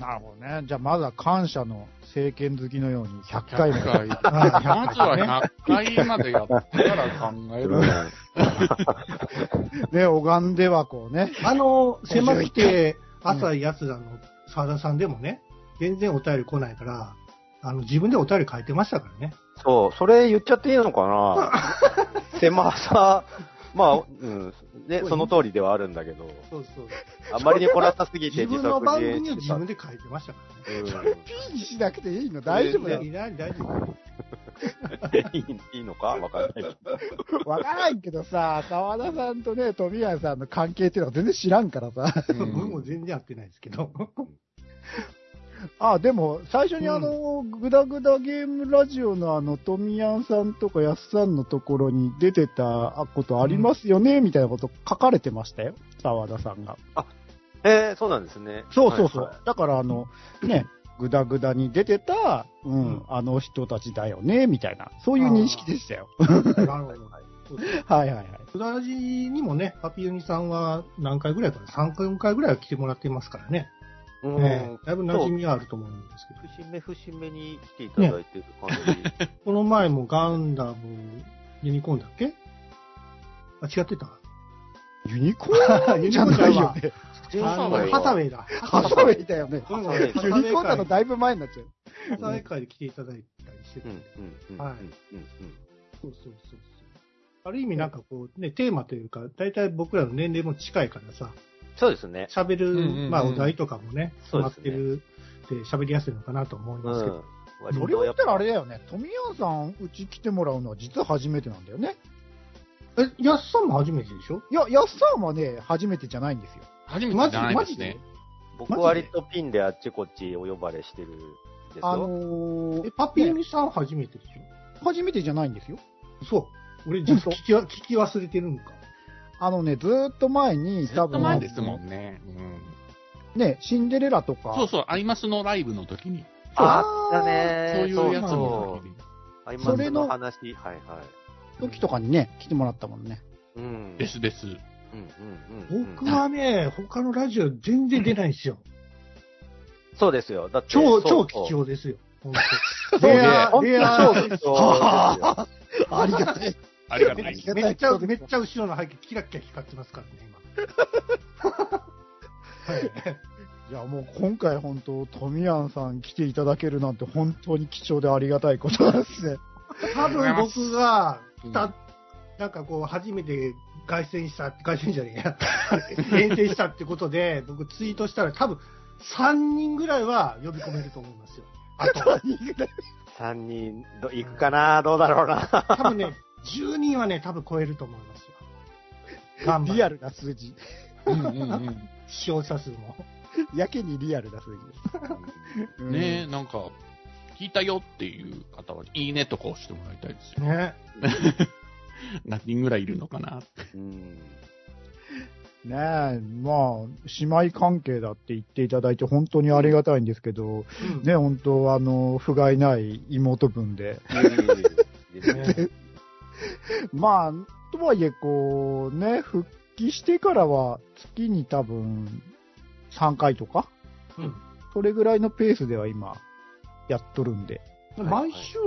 [SPEAKER 2] なるほどね。じゃあまずは感謝の政権好きのように100回も。
[SPEAKER 3] 100回。
[SPEAKER 4] ああ
[SPEAKER 3] まずは100回までやったら考える。
[SPEAKER 2] ね、拝んではこうね。
[SPEAKER 4] あの、狭くて浅いやつらの沢田さんでもね、全然お便り来ないから、あの、自分でお便り書いてましたからね。
[SPEAKER 5] そう、それ言っちゃっていいのかな 狭さ、まあ、うん。ね、その通りではあるんだけど、
[SPEAKER 4] そうそう。
[SPEAKER 5] あまりにこなさすぎて
[SPEAKER 4] 自分
[SPEAKER 5] 自作
[SPEAKER 4] の番
[SPEAKER 5] 自演
[SPEAKER 4] 組を
[SPEAKER 5] して
[SPEAKER 4] 自
[SPEAKER 5] た。
[SPEAKER 4] 分で書いてましたからね。
[SPEAKER 2] ピーにしなくていいの大丈夫だよ
[SPEAKER 4] い。やいや大丈夫。
[SPEAKER 5] うん いいいいのかわかんないけど。
[SPEAKER 2] わからんけどさ、沢田さんとね、富谷さんの関係っていうのは全然知らんからさ。
[SPEAKER 3] う
[SPEAKER 4] 僕も
[SPEAKER 3] ん
[SPEAKER 4] 全然やってないですけど。
[SPEAKER 2] あ、でも、最初にあの、グダグダゲームラジオのあの、富谷さんとかやっさんのところに出てたことありますよね、みたいなこと書かれてましたよ。沢田さんが。
[SPEAKER 5] えー、そうなんですね。
[SPEAKER 2] そうそうそう。
[SPEAKER 5] はいはい
[SPEAKER 2] だからあの、ね、グダグダに出てた、うん、
[SPEAKER 4] うん
[SPEAKER 2] あの人たちだよね、みたいな。そういう認識でしたよ。
[SPEAKER 4] なるほど。
[SPEAKER 2] はいはいはい。
[SPEAKER 4] くだらじにもね、パピユニさんは何回ぐらいかな、3回ぐらいは来てもらってますからね。
[SPEAKER 5] う
[SPEAKER 4] え
[SPEAKER 5] ん
[SPEAKER 4] え。だいぶ馴染みはあると思うんですけど。
[SPEAKER 5] 節目節目に来ていただいてる感じ。
[SPEAKER 4] この前もガンダム、ユニコーンだっけあ、違って た。
[SPEAKER 2] ユニコーンじゃないよね。
[SPEAKER 4] あの、
[SPEAKER 5] はい
[SPEAKER 4] ハサウェイだ。ハ
[SPEAKER 2] ハサウェイだよね。
[SPEAKER 4] うん
[SPEAKER 5] ハサウェイ
[SPEAKER 2] ユニコーンだとだいぶ前になっちゃう。
[SPEAKER 4] ハサウェイ会で来ていただいたりして
[SPEAKER 5] う
[SPEAKER 4] て。
[SPEAKER 5] んうんうん
[SPEAKER 4] はい
[SPEAKER 5] うんうん
[SPEAKER 4] そうそうそうそう。ある意味なんかこう、ね、テーマというか、だいたい僕らの年齢も近いからさ、
[SPEAKER 5] そうですね。
[SPEAKER 4] 喋る、
[SPEAKER 3] うんうんうん
[SPEAKER 4] まあお題とかもね、決
[SPEAKER 5] そう
[SPEAKER 4] まっ
[SPEAKER 5] ですね
[SPEAKER 4] てるで喋りやすいのかなと思いうますけど。
[SPEAKER 5] ん。
[SPEAKER 2] それを言ったらあれだよね。富山さん、うち来てもらうのは実は初めてなんだよね。
[SPEAKER 4] え、ヤッさんも初めてでしょ
[SPEAKER 2] いや、やっさんはね、初めてじゃないんですよ。
[SPEAKER 3] 初めてじゃないですね。
[SPEAKER 5] 僕割とピンであっちこっちお呼ばれしてるんです
[SPEAKER 2] あ
[SPEAKER 5] よ。
[SPEAKER 2] の
[SPEAKER 4] え
[SPEAKER 2] ー、、
[SPEAKER 4] パピユニさん初めてでしょ
[SPEAKER 2] 初めてじゃないんですよ。
[SPEAKER 4] そう。俺、実は聞きわ聞き忘れてるんか。
[SPEAKER 2] あのね、ずーっと前に、
[SPEAKER 3] ずっと前
[SPEAKER 2] あの
[SPEAKER 3] ですもんね。うん
[SPEAKER 2] ね、シンデレラとか、
[SPEAKER 3] そうそう、アイマスのライブの時に。
[SPEAKER 5] あったね
[SPEAKER 3] そういうやつの
[SPEAKER 5] そう
[SPEAKER 3] 時に。
[SPEAKER 5] ありますの話。はいはい。
[SPEAKER 2] 時とかにね、来てもらったもんね。
[SPEAKER 5] うん。
[SPEAKER 3] で。すです。
[SPEAKER 5] うんうんうん。
[SPEAKER 4] 僕はね、他のラジオ全然出ないんですよ。
[SPEAKER 5] そうですよ。だって。
[SPEAKER 4] 超、
[SPEAKER 5] そ
[SPEAKER 4] 超
[SPEAKER 5] う
[SPEAKER 4] 貴。重ですよ。本当
[SPEAKER 3] そう
[SPEAKER 4] レア
[SPEAKER 5] 本当
[SPEAKER 4] レア
[SPEAKER 5] 超貴重ですよ
[SPEAKER 2] ありがたい。
[SPEAKER 3] ありがたい。
[SPEAKER 2] 絶
[SPEAKER 4] めっ
[SPEAKER 2] 対
[SPEAKER 4] ちゃ、
[SPEAKER 2] そうです
[SPEAKER 4] めっちゃ後ろの背景キラキラ光ってますからね、
[SPEAKER 2] いや、もう今回本当、トミヤンさん来ていただけるなんて本当に貴重でありがたいことなんですね。
[SPEAKER 4] 今。多分僕が
[SPEAKER 3] う、ん
[SPEAKER 4] た、なんかこう、初めて凱旋した、凱旋じゃね えや。遠征したってことで、僕ツイートしたら多分3人ぐらいは呼び込めると思い ますよ。あと、
[SPEAKER 5] 3人、ど行くかなどうだろうな。
[SPEAKER 4] 多分ね、10人はね、多分超えると思い ますよ。頑張
[SPEAKER 2] リア
[SPEAKER 4] る。
[SPEAKER 2] ルな数字。
[SPEAKER 3] うんうんうん
[SPEAKER 4] 視聴者数も。
[SPEAKER 2] やけにリアルな数字です。うん
[SPEAKER 3] ねえ、なんか、聞いたよっていう方は、いいねとか押してもらいたいですよ。
[SPEAKER 4] ね。
[SPEAKER 3] 何人ぐらいいるのかな
[SPEAKER 5] うん
[SPEAKER 2] ねえ、まあ、姉妹関係だって言っていただいて本当にありがたいんですけど、
[SPEAKER 4] うん
[SPEAKER 2] ね、本当、あの、不甲斐ない妹分で。
[SPEAKER 4] ね
[SPEAKER 2] まあ、とはいえ、こう、ね、復帰してからは月に多分3回とか、
[SPEAKER 4] うん
[SPEAKER 2] それぐらいのペースでは今、やっとるんで。
[SPEAKER 4] 毎週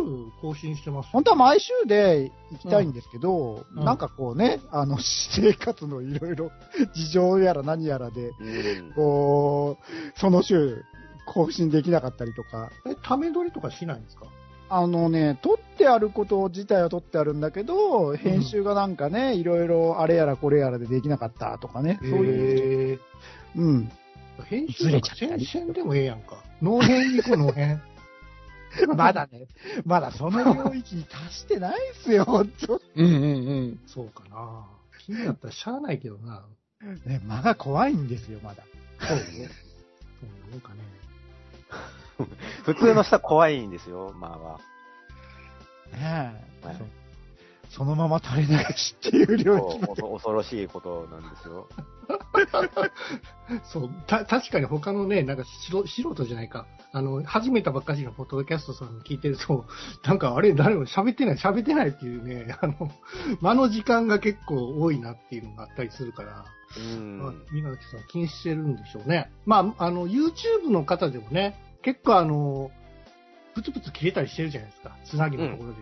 [SPEAKER 4] 更新してますよ。
[SPEAKER 2] 本当は毎週で行きたいんですけど、
[SPEAKER 4] うん
[SPEAKER 2] なんかこうね、あの、私生活のいろいろ事情やら何やらで、
[SPEAKER 5] うん
[SPEAKER 2] こう、その週、更新できなかったりとか、
[SPEAKER 4] え、ため撮りとかしないんですか
[SPEAKER 2] あのね、撮ってあること自体は撮ってあるんだけど、編集がなんかね、いろいろあれやらこれやらでできなかったとかね、そういう、
[SPEAKER 4] へ
[SPEAKER 2] うん。
[SPEAKER 4] ー編集とか先週でもええやんか。脳編行こう、脳 編。
[SPEAKER 2] まだね、まだその領域に達してないっすよ、ほんと。
[SPEAKER 3] うんうんうん。
[SPEAKER 4] そうかな。気になったらしゃあないけどな。
[SPEAKER 2] ね、間が怖いんですよ、まだ。
[SPEAKER 4] そうね。 そうなんかね。
[SPEAKER 5] 普通の人は怖いんですよ、まあまあ。
[SPEAKER 2] ねえ、
[SPEAKER 5] はい
[SPEAKER 2] そうそのまま垂れ流しっていう領域ま
[SPEAKER 5] お
[SPEAKER 2] で。
[SPEAKER 5] お恐ろしいことなんですよ。
[SPEAKER 4] そう、た、確かに他のね、なんか素素人じゃないか。あの、始めたばっかりのポッドキャストさんに聞いてると、 なんかあれ、誰も喋ってない、喋ってないっていうね、あの、間の時間が結構多いなっていうのがあったりするから。
[SPEAKER 5] う
[SPEAKER 4] まあ
[SPEAKER 5] ん。、
[SPEAKER 4] みなさん気にしてるんでしょうね。まあ、あの、YouTube の方でもね、結構あの、プツプツ切れたりしてるじゃないですか。つなぎのところで。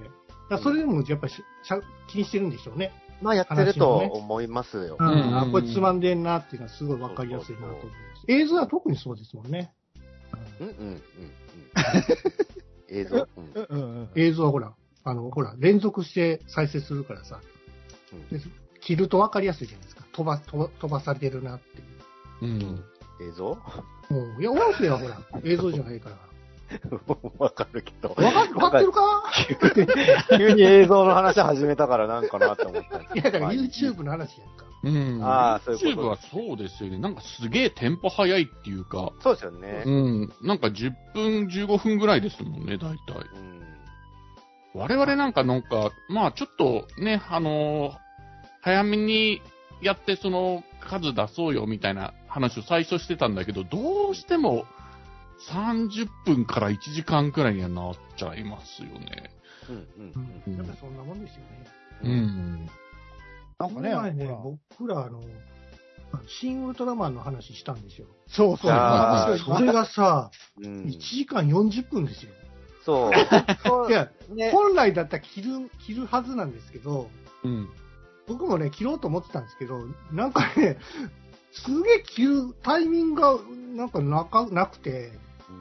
[SPEAKER 4] だからそれでもやっぱししゃ気にしてるんでしょうね。
[SPEAKER 5] まあやってると思いますよ。
[SPEAKER 4] うんん。あ、これつまんでんなっていうのはすごいわかりやすいなと思います。映像は特にそうですもんね。
[SPEAKER 5] うんうんう んうん。映像、うん
[SPEAKER 2] うんうん
[SPEAKER 4] 映像はほら、あの、ほら、連続して再生するからさ、
[SPEAKER 5] うん
[SPEAKER 4] 切るとわかりやすいじゃないですか。飛ば、飛ば飛ばされてるなっていう。
[SPEAKER 3] うん。
[SPEAKER 5] 映像
[SPEAKER 4] うん。いや、音声はほら、映像じゃないから。
[SPEAKER 5] わかるけど。
[SPEAKER 4] わかわかってるか
[SPEAKER 5] 急に映像の話始めたからなんかなって思ったんです
[SPEAKER 4] い
[SPEAKER 5] け
[SPEAKER 4] や、だ
[SPEAKER 5] ど
[SPEAKER 4] か
[SPEAKER 5] ま
[SPEAKER 4] ら
[SPEAKER 5] あ
[SPEAKER 4] YouTube の話やんか。
[SPEAKER 3] うん。
[SPEAKER 5] ああそういう
[SPEAKER 3] YouTube
[SPEAKER 5] こと
[SPEAKER 3] はそうですよね。なんかすげえテンポ早いっていうか、
[SPEAKER 5] そうですよね
[SPEAKER 3] う。ん。なんか10分、15分ぐらいですもんね、大体。
[SPEAKER 5] うん。
[SPEAKER 3] 我々なんかなんか、まあちょっとね、あのー早めにやってその数出そうよみたいな話を最初してたんだけど、どうしても30分から1時間くらいにはなっちゃいますよね。
[SPEAKER 5] うんうん
[SPEAKER 4] うん。やっぱそんなもんですよね。
[SPEAKER 5] う。
[SPEAKER 3] うんん。
[SPEAKER 2] なんかね、
[SPEAKER 4] 前ね
[SPEAKER 2] ほら、
[SPEAKER 4] 僕らあの、シン・ウルトラマンの話したんですよ。
[SPEAKER 2] そうそう。
[SPEAKER 5] あ
[SPEAKER 2] 面
[SPEAKER 5] ー
[SPEAKER 2] 白
[SPEAKER 4] そ
[SPEAKER 2] い
[SPEAKER 4] れがさ、
[SPEAKER 5] うん
[SPEAKER 4] 1。時間40分ですよ。
[SPEAKER 5] そう。
[SPEAKER 4] いや、
[SPEAKER 5] ね。
[SPEAKER 4] 本来だったら切る、切るはずなんですけど、
[SPEAKER 3] うん。
[SPEAKER 4] 僕もね、切ろうと思ってたんですけど、なんかね、 すげえ切るタイミングがなんかなかなくて、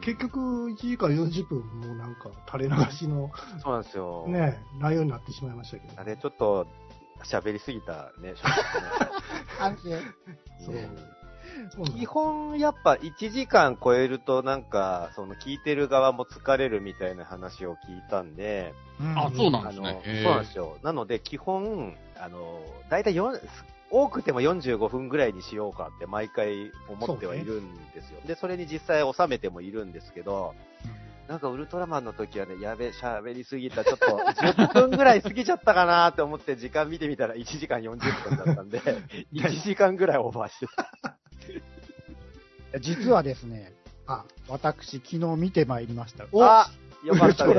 [SPEAKER 4] 結局1時間40分もうなんか垂れ流しの
[SPEAKER 5] そうなんですよ。
[SPEAKER 4] ね、内容になってしまいましたけど。
[SPEAKER 5] あれ、ちょっと、喋りすぎたね、
[SPEAKER 2] あのね
[SPEAKER 5] 正直ねね
[SPEAKER 4] そうなんです
[SPEAKER 5] 基本、やっぱ1時間超えると、なんか、その聞いてる側も疲れるみたいな話を聞いたんで、
[SPEAKER 3] あ、そうなん
[SPEAKER 5] あ
[SPEAKER 3] です
[SPEAKER 5] の、
[SPEAKER 3] ね。
[SPEAKER 5] そうなんですよ。なので、基本、あの、だいたい4多くても45分ぐらいにしようかって毎回思ってはいるんですよ。で、それに実際収めてもいるんですけど、なんかウルトラマンの時はね、やべ、喋りすぎた、ちょっと10分ぐらい過ぎちゃったかなって思って時間見てみたら1時間40分だったんで、1時間ぐらいオーバーしてた。
[SPEAKER 2] 実はですね、
[SPEAKER 4] あ
[SPEAKER 2] 私、昨日見てまいりました。
[SPEAKER 4] お
[SPEAKER 5] あ、よかったで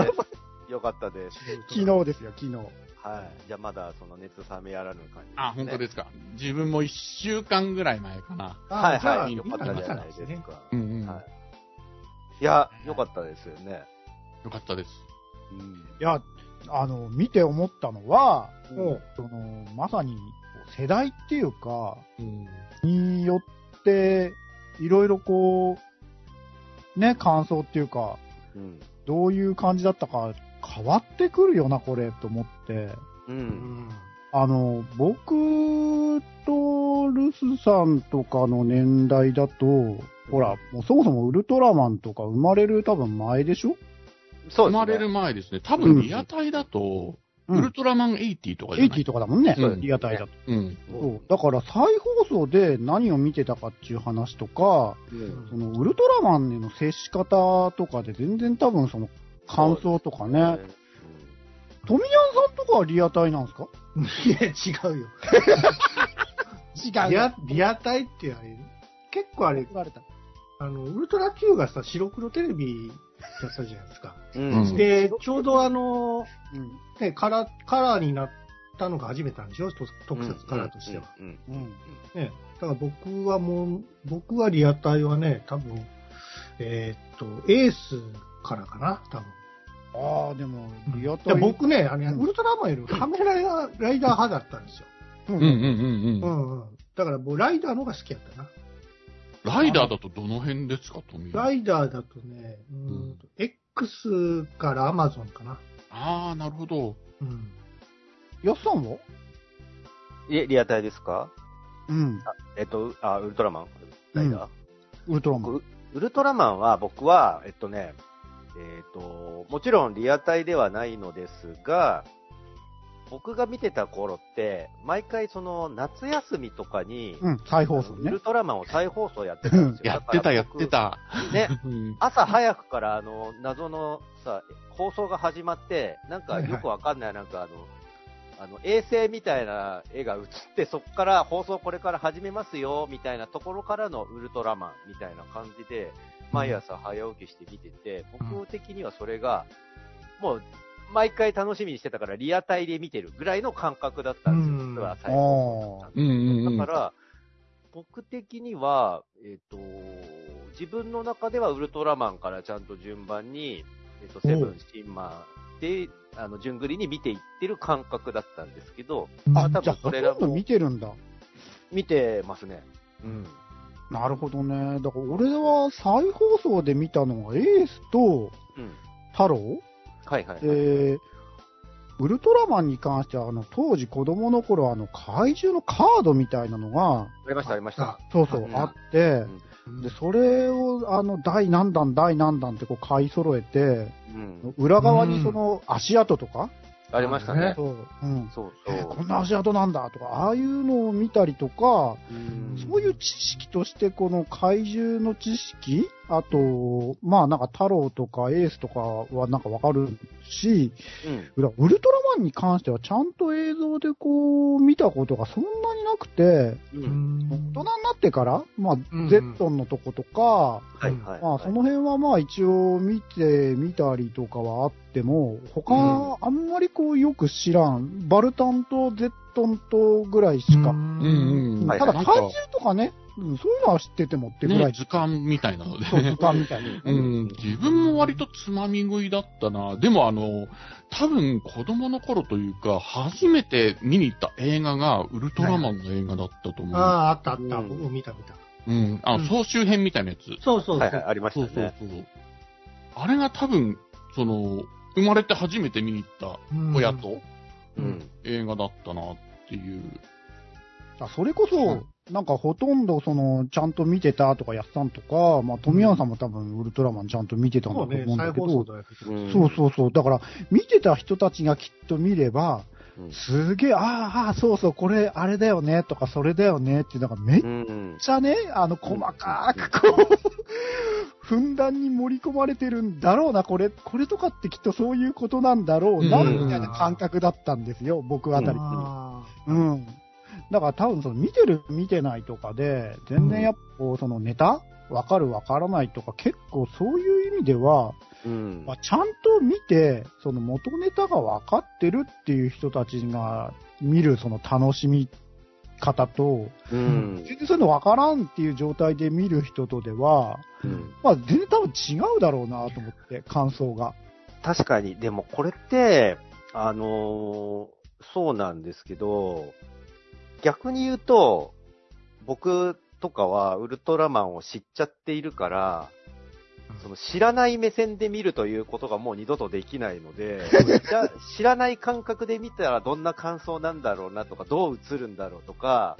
[SPEAKER 5] す。よかったです。
[SPEAKER 2] 昨日ですよ、昨日。
[SPEAKER 5] はい。じゃあまだその熱冷めやらぬ感じ、
[SPEAKER 3] あ、本当ですすか。自分も1週間ぐらい前かな。
[SPEAKER 5] ね。はい
[SPEAKER 4] じゃ
[SPEAKER 5] は
[SPEAKER 4] あ
[SPEAKER 5] い。よかったじゃない
[SPEAKER 4] 今
[SPEAKER 5] ですか。
[SPEAKER 3] うんうん。
[SPEAKER 5] はい。いや、よかったですよね。
[SPEAKER 3] よかったです。
[SPEAKER 5] うん。
[SPEAKER 2] いや、あの、見て思ったのは、
[SPEAKER 4] もう、
[SPEAKER 2] その、まさに、世代っていうか、
[SPEAKER 3] うん。
[SPEAKER 2] によって、いろいろこう、ね、感想っていうか、
[SPEAKER 5] うん。
[SPEAKER 2] どういう感じだったか変わってくるよな、これ、と思って。
[SPEAKER 5] う。
[SPEAKER 4] うんん。
[SPEAKER 2] あの、僕とルスさんとかの年代だと、ほら、もうそもそもウルトラマンとか生まれる多分前でしょ
[SPEAKER 5] そうですね。
[SPEAKER 3] 生まれる前ですね。多
[SPEAKER 2] う
[SPEAKER 3] 分、
[SPEAKER 2] ん
[SPEAKER 3] リアタイだと、
[SPEAKER 2] うん
[SPEAKER 3] ウルトラマン80とかじゃない
[SPEAKER 2] ?80 とかだもんね
[SPEAKER 3] そうです、ね
[SPEAKER 2] リアタイだと。
[SPEAKER 3] うん。
[SPEAKER 2] そうだから再放送で何を見てたかっていう話とか、
[SPEAKER 5] うん
[SPEAKER 2] そのウルトラマンへの接し方とかで全然多分その感想とかね。トミヤンさんとかはリアタイなんですか
[SPEAKER 4] いや、違うよ。リア、リアタイってあれ、結構あれ、
[SPEAKER 2] 言われた。
[SPEAKER 4] あの、ウルトラ Q がさ、白黒テレビだったじゃないですか。
[SPEAKER 5] うん。
[SPEAKER 3] うん
[SPEAKER 4] で、ちょうどあの、
[SPEAKER 2] うん。
[SPEAKER 4] ね、カラー、カラーになったのが初めてなんでしょと特撮カラーとしては。
[SPEAKER 5] うん。
[SPEAKER 2] うん。
[SPEAKER 4] ね、だから僕はもう、僕はリアタイはね、多分、えーっと、エースからかな、多分。
[SPEAKER 2] ああ、でも、リア
[SPEAKER 4] で
[SPEAKER 2] タイ。
[SPEAKER 4] 僕ね、あ
[SPEAKER 2] う
[SPEAKER 4] の
[SPEAKER 2] ん
[SPEAKER 4] ウルトラマンよりカメラライダー派だったんですよ。
[SPEAKER 2] う
[SPEAKER 3] うんうん。うん
[SPEAKER 4] う
[SPEAKER 3] うん。
[SPEAKER 4] んうん。だからもうライダーの方が好きやったな。
[SPEAKER 3] ライダーだとどの辺ですか、富
[SPEAKER 4] ラ
[SPEAKER 3] イ
[SPEAKER 4] イダーだとね、うーんと、X からアマゾンかな。
[SPEAKER 3] ああ、なるほど。
[SPEAKER 4] うん。
[SPEAKER 2] やっさんは
[SPEAKER 5] え、リアタイですか
[SPEAKER 2] うん。
[SPEAKER 5] えっと、あ、ウルトラマンライダー、
[SPEAKER 2] ウルトラマン。
[SPEAKER 5] 僕ウルトラマンは僕は、えっとね、えっと、もちろんリアタイではないのですが、僕が見てた頃って、毎回その夏休みとかに、
[SPEAKER 2] うん、再放送
[SPEAKER 5] ウ
[SPEAKER 2] ね
[SPEAKER 5] ル。トラマンを再放送やってたんですよ。
[SPEAKER 3] やってた、や
[SPEAKER 5] だ
[SPEAKER 3] っ
[SPEAKER 5] から
[SPEAKER 3] てた。
[SPEAKER 5] 僕。ね、
[SPEAKER 3] うん
[SPEAKER 5] 朝早くからあの、謎のさ、放送が始まって、なんかよくわかんない、なんかあの、あの、衛星みたいな絵が映って、そこから放送これから始めますよ、みたいなところからのウルトラマンみたいな感じで、毎朝早起きして見てて、僕的にはそれが、もう、毎回楽しみにしてたから、リアタイで見てるぐらいの感覚だったんですよ、
[SPEAKER 4] うん
[SPEAKER 5] 実は最後
[SPEAKER 2] あ
[SPEAKER 3] うんうんうん
[SPEAKER 5] だから、僕的には、えっ、と、自分の中ではウルトラマンからちゃんと順番に、えっ、と、セブン、シンマーで、あの、順繰りに見ていってる感覚だったんですけど、ま
[SPEAKER 2] あ
[SPEAKER 5] あ、多、
[SPEAKER 2] じゃあ
[SPEAKER 5] 分
[SPEAKER 2] ほ
[SPEAKER 5] そ
[SPEAKER 2] と
[SPEAKER 5] れら
[SPEAKER 2] んど
[SPEAKER 5] も
[SPEAKER 2] 見てるんだ。
[SPEAKER 5] 見てますね。うん。
[SPEAKER 2] なるほどね。だから俺は再放送で見たのはエースと
[SPEAKER 5] うん。
[SPEAKER 2] 太郎
[SPEAKER 5] はいはい、はい。
[SPEAKER 2] で、ウルトラマンに関しては、あの、当時子供の頃、あの、怪獣のカードみたいなのが、
[SPEAKER 5] ありました、ありました。
[SPEAKER 2] そうそう、
[SPEAKER 5] うん
[SPEAKER 2] あって、
[SPEAKER 4] うん
[SPEAKER 2] で、それを、あの、第何弾、第何弾ってこう買い揃えて、
[SPEAKER 5] うん。
[SPEAKER 2] 裏側にその足跡とか、
[SPEAKER 5] ありましたね。
[SPEAKER 2] そう、うん。
[SPEAKER 5] そうそう。
[SPEAKER 2] えーこんな足跡なんだとか、ああいうのを見たりとか、
[SPEAKER 5] うん
[SPEAKER 2] そういう知識として、この怪獣の知識、あと、まあなんか太郎とかエースとかはなんかわかるし、
[SPEAKER 5] うん。
[SPEAKER 2] ウルトラマンに関してはちゃんと映像でこう見たことがそんなになくて、
[SPEAKER 5] う。
[SPEAKER 4] うんん
[SPEAKER 2] 大人になってから、まあ
[SPEAKER 4] んうん
[SPEAKER 2] ゼットンのとことか、
[SPEAKER 5] はいはい。
[SPEAKER 2] まあその辺はまあ一応見てみたりとかはあっても、他あんまりこうよく知らん、バルタンとゼットンとぐらいしか、
[SPEAKER 3] うんうんうん。
[SPEAKER 5] はい
[SPEAKER 2] ただ怪
[SPEAKER 3] なんか
[SPEAKER 2] 獣とかね、うんそういうのは知っててもってぐら
[SPEAKER 3] ね
[SPEAKER 2] い、
[SPEAKER 3] 図鑑みたいなので。
[SPEAKER 2] そう図鑑みたいな。
[SPEAKER 3] うん、自分も割とつまみ食いだったな。でもあの、多分子供の頃というか、初めて見に行った映画がウルトラマンの映画だったと思う。
[SPEAKER 4] ああ、あったあった。
[SPEAKER 5] うん
[SPEAKER 4] 僕見た見た。
[SPEAKER 3] うん。あの、
[SPEAKER 4] うん
[SPEAKER 3] 総集編みたいなやつ。
[SPEAKER 4] そうそうそう。
[SPEAKER 5] はいはい、ありました
[SPEAKER 3] そ
[SPEAKER 5] ね。
[SPEAKER 3] うそうそう。あれが多分、その、生まれて初めて見に行った
[SPEAKER 4] うん
[SPEAKER 3] 親と
[SPEAKER 5] うん。
[SPEAKER 3] 映画だったなっていう。
[SPEAKER 2] あそれこそ、なんかほとんどその、ちゃんと見てたとか、やっさんとか、まあ、富山さんも多分ウルトラマンちゃんと見てたんだ
[SPEAKER 4] そ
[SPEAKER 2] と
[SPEAKER 4] うね
[SPEAKER 2] 思うん、だ
[SPEAKER 4] 再
[SPEAKER 2] けど、
[SPEAKER 4] 放送とやってた。
[SPEAKER 5] うん
[SPEAKER 2] そうそうそう。だから、見てた人たちがきっと見れば、
[SPEAKER 5] うん
[SPEAKER 2] すげえ、ああ、そうそう、これ、あれだよね、とか、それだよね、って、なんかめっ
[SPEAKER 5] うん。
[SPEAKER 2] ちゃね、あの、細かくこう、ふんだんに盛り込まれてるんだろうな、これ、これとかってきっとそういうことなんだろうな、
[SPEAKER 3] うん
[SPEAKER 2] みたいな感覚だったんですよ、僕あたり。
[SPEAKER 4] あ
[SPEAKER 2] うん。だから多分その見てる見てないとかで、全然やっぱこうそのネタわかるわからないとか結構そういう意味では、
[SPEAKER 5] うん
[SPEAKER 2] まあ、ちゃんと見て、その元ネタがわかってるっていう人たちが見るその楽しみ方と、
[SPEAKER 5] うん。
[SPEAKER 2] 全然そういうのわからんっていう状態で見る人とでは、
[SPEAKER 5] うん
[SPEAKER 2] まあ全然多分違うだろうなと思って、感想が。
[SPEAKER 4] ー
[SPEAKER 5] 確かに、でもこれって、あのーそうなんですけど、逆に言うと、僕とかはウルトラマンを知っちゃっているから、その知らない目線で見るということがもう二度とできない ので、じゃあ知らない感覚で見たらどんな感想なんだろうなとか、どう映るんだろうとか、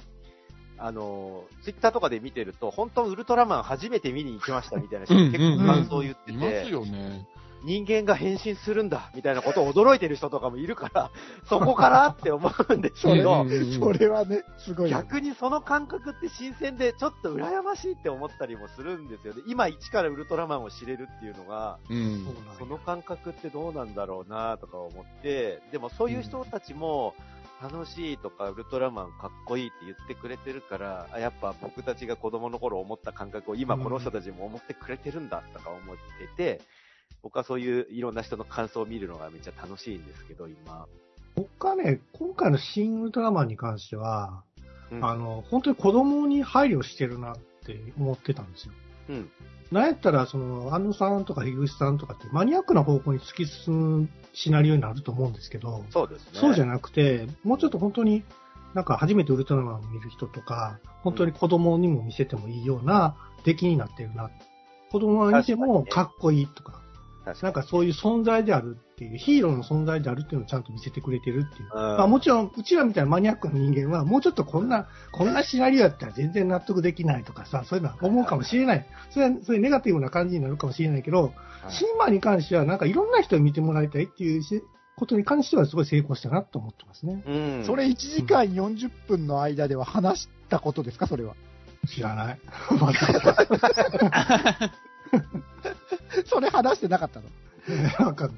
[SPEAKER 5] あの、ツイッターとかで見てると、本当ウルトラマン初めて見に行きましたみたいな人
[SPEAKER 3] うんうん
[SPEAKER 5] 結構感想を言って
[SPEAKER 3] います
[SPEAKER 5] て、
[SPEAKER 3] よね。
[SPEAKER 5] 人間が変身するんだみたいなことを驚いてる人とかもいるから、 そこからって思うんです
[SPEAKER 2] そ
[SPEAKER 5] け
[SPEAKER 2] れ
[SPEAKER 5] ど、
[SPEAKER 2] それはね、すごいよね。
[SPEAKER 5] 逆にその感覚って新鮮で、ちょっと羨ましいって思ったりもするんですよね。今一からウルトラマンを知れるっていうのが、
[SPEAKER 3] うんうん
[SPEAKER 4] そうなんや
[SPEAKER 5] その感覚ってどうなんだろうなとか思って、でもそういう人たちも、楽しいとか、ウルトラマンかっこいいって言ってくれてるから、あやっぱ僕たちが子供の頃思った感覚を今この人たちも思ってくれてるんだとか思ってて、僕はそういういろんな人の感想を見るのがめっちゃ楽しいんですけど、今。
[SPEAKER 4] 僕はね、今回の新ウルトラマンに関しては、
[SPEAKER 5] うん
[SPEAKER 4] あの、本当に子供に配慮してるなって思ってたんですよ。
[SPEAKER 5] うん。
[SPEAKER 4] なんやったら、その、安野さんとか樋口さんとかってマニアックな方向に突き進むシナリオになると思うんですけど、
[SPEAKER 5] そうですね。
[SPEAKER 4] そうじゃ
[SPEAKER 5] ない。
[SPEAKER 4] なくて、もうちょっと本当に、なんか初めてウルトラマンを見る人とか、本当に子供にも見せてもいいような出来になってるな。子供が見ても
[SPEAKER 5] 確か
[SPEAKER 4] か
[SPEAKER 5] に
[SPEAKER 4] っこいいとか、
[SPEAKER 5] 確か
[SPEAKER 4] なん
[SPEAKER 5] に。
[SPEAKER 4] かそういう存在であるっていう、ヒーローの存在であるっていうのをちゃんと見せてくれてるっていう。
[SPEAKER 5] うん
[SPEAKER 4] まあもちろん、うちらみたいなマニアックな人間は、もうちょっとこんな、こんなシナリオやったら全然納得できないとかさ、そういうのは思うかもしれない。それは、そういうネガティブな感じになるかもしれないけど、
[SPEAKER 5] はい
[SPEAKER 4] シンマに関しては、なんかいろんな人に見てもらいたいっていうしことに関しては、すごい成功したなと思ってますね。
[SPEAKER 5] うん
[SPEAKER 2] それ1時間40分の間では話したことですか、それは。
[SPEAKER 4] 知ら ない。
[SPEAKER 2] それ話してなかったの。
[SPEAKER 4] わかんない。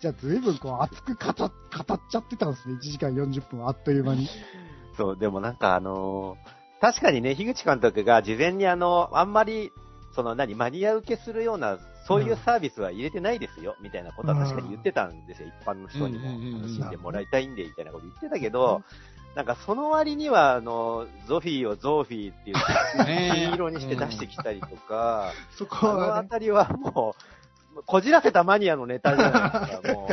[SPEAKER 2] じゃあ、ずいぶんこう熱く語っ語っちゃってたんですね、1時間40分、あっという間に。
[SPEAKER 5] そう、でもなんかあのー確かにね、樋口監督が事前にあの、あんまり、その何、マニア受けするような、そういうサービスは入れてないですよ、みたいなことは確かに言ってたんですよ、一般の人に
[SPEAKER 3] うんうんうんう
[SPEAKER 5] も。
[SPEAKER 3] ん
[SPEAKER 5] 楽しんでもらいたいんで、みたいなこと言ってたけど、なんかその割には、あの、ゾフィーをゾフィーっていう、
[SPEAKER 3] ね
[SPEAKER 5] 金色にして出してきたりとか、
[SPEAKER 4] そこ
[SPEAKER 5] あの
[SPEAKER 4] は、
[SPEAKER 5] あ
[SPEAKER 4] ね、
[SPEAKER 5] たりはもう、こじらせたマニアのネタじゃないですか、も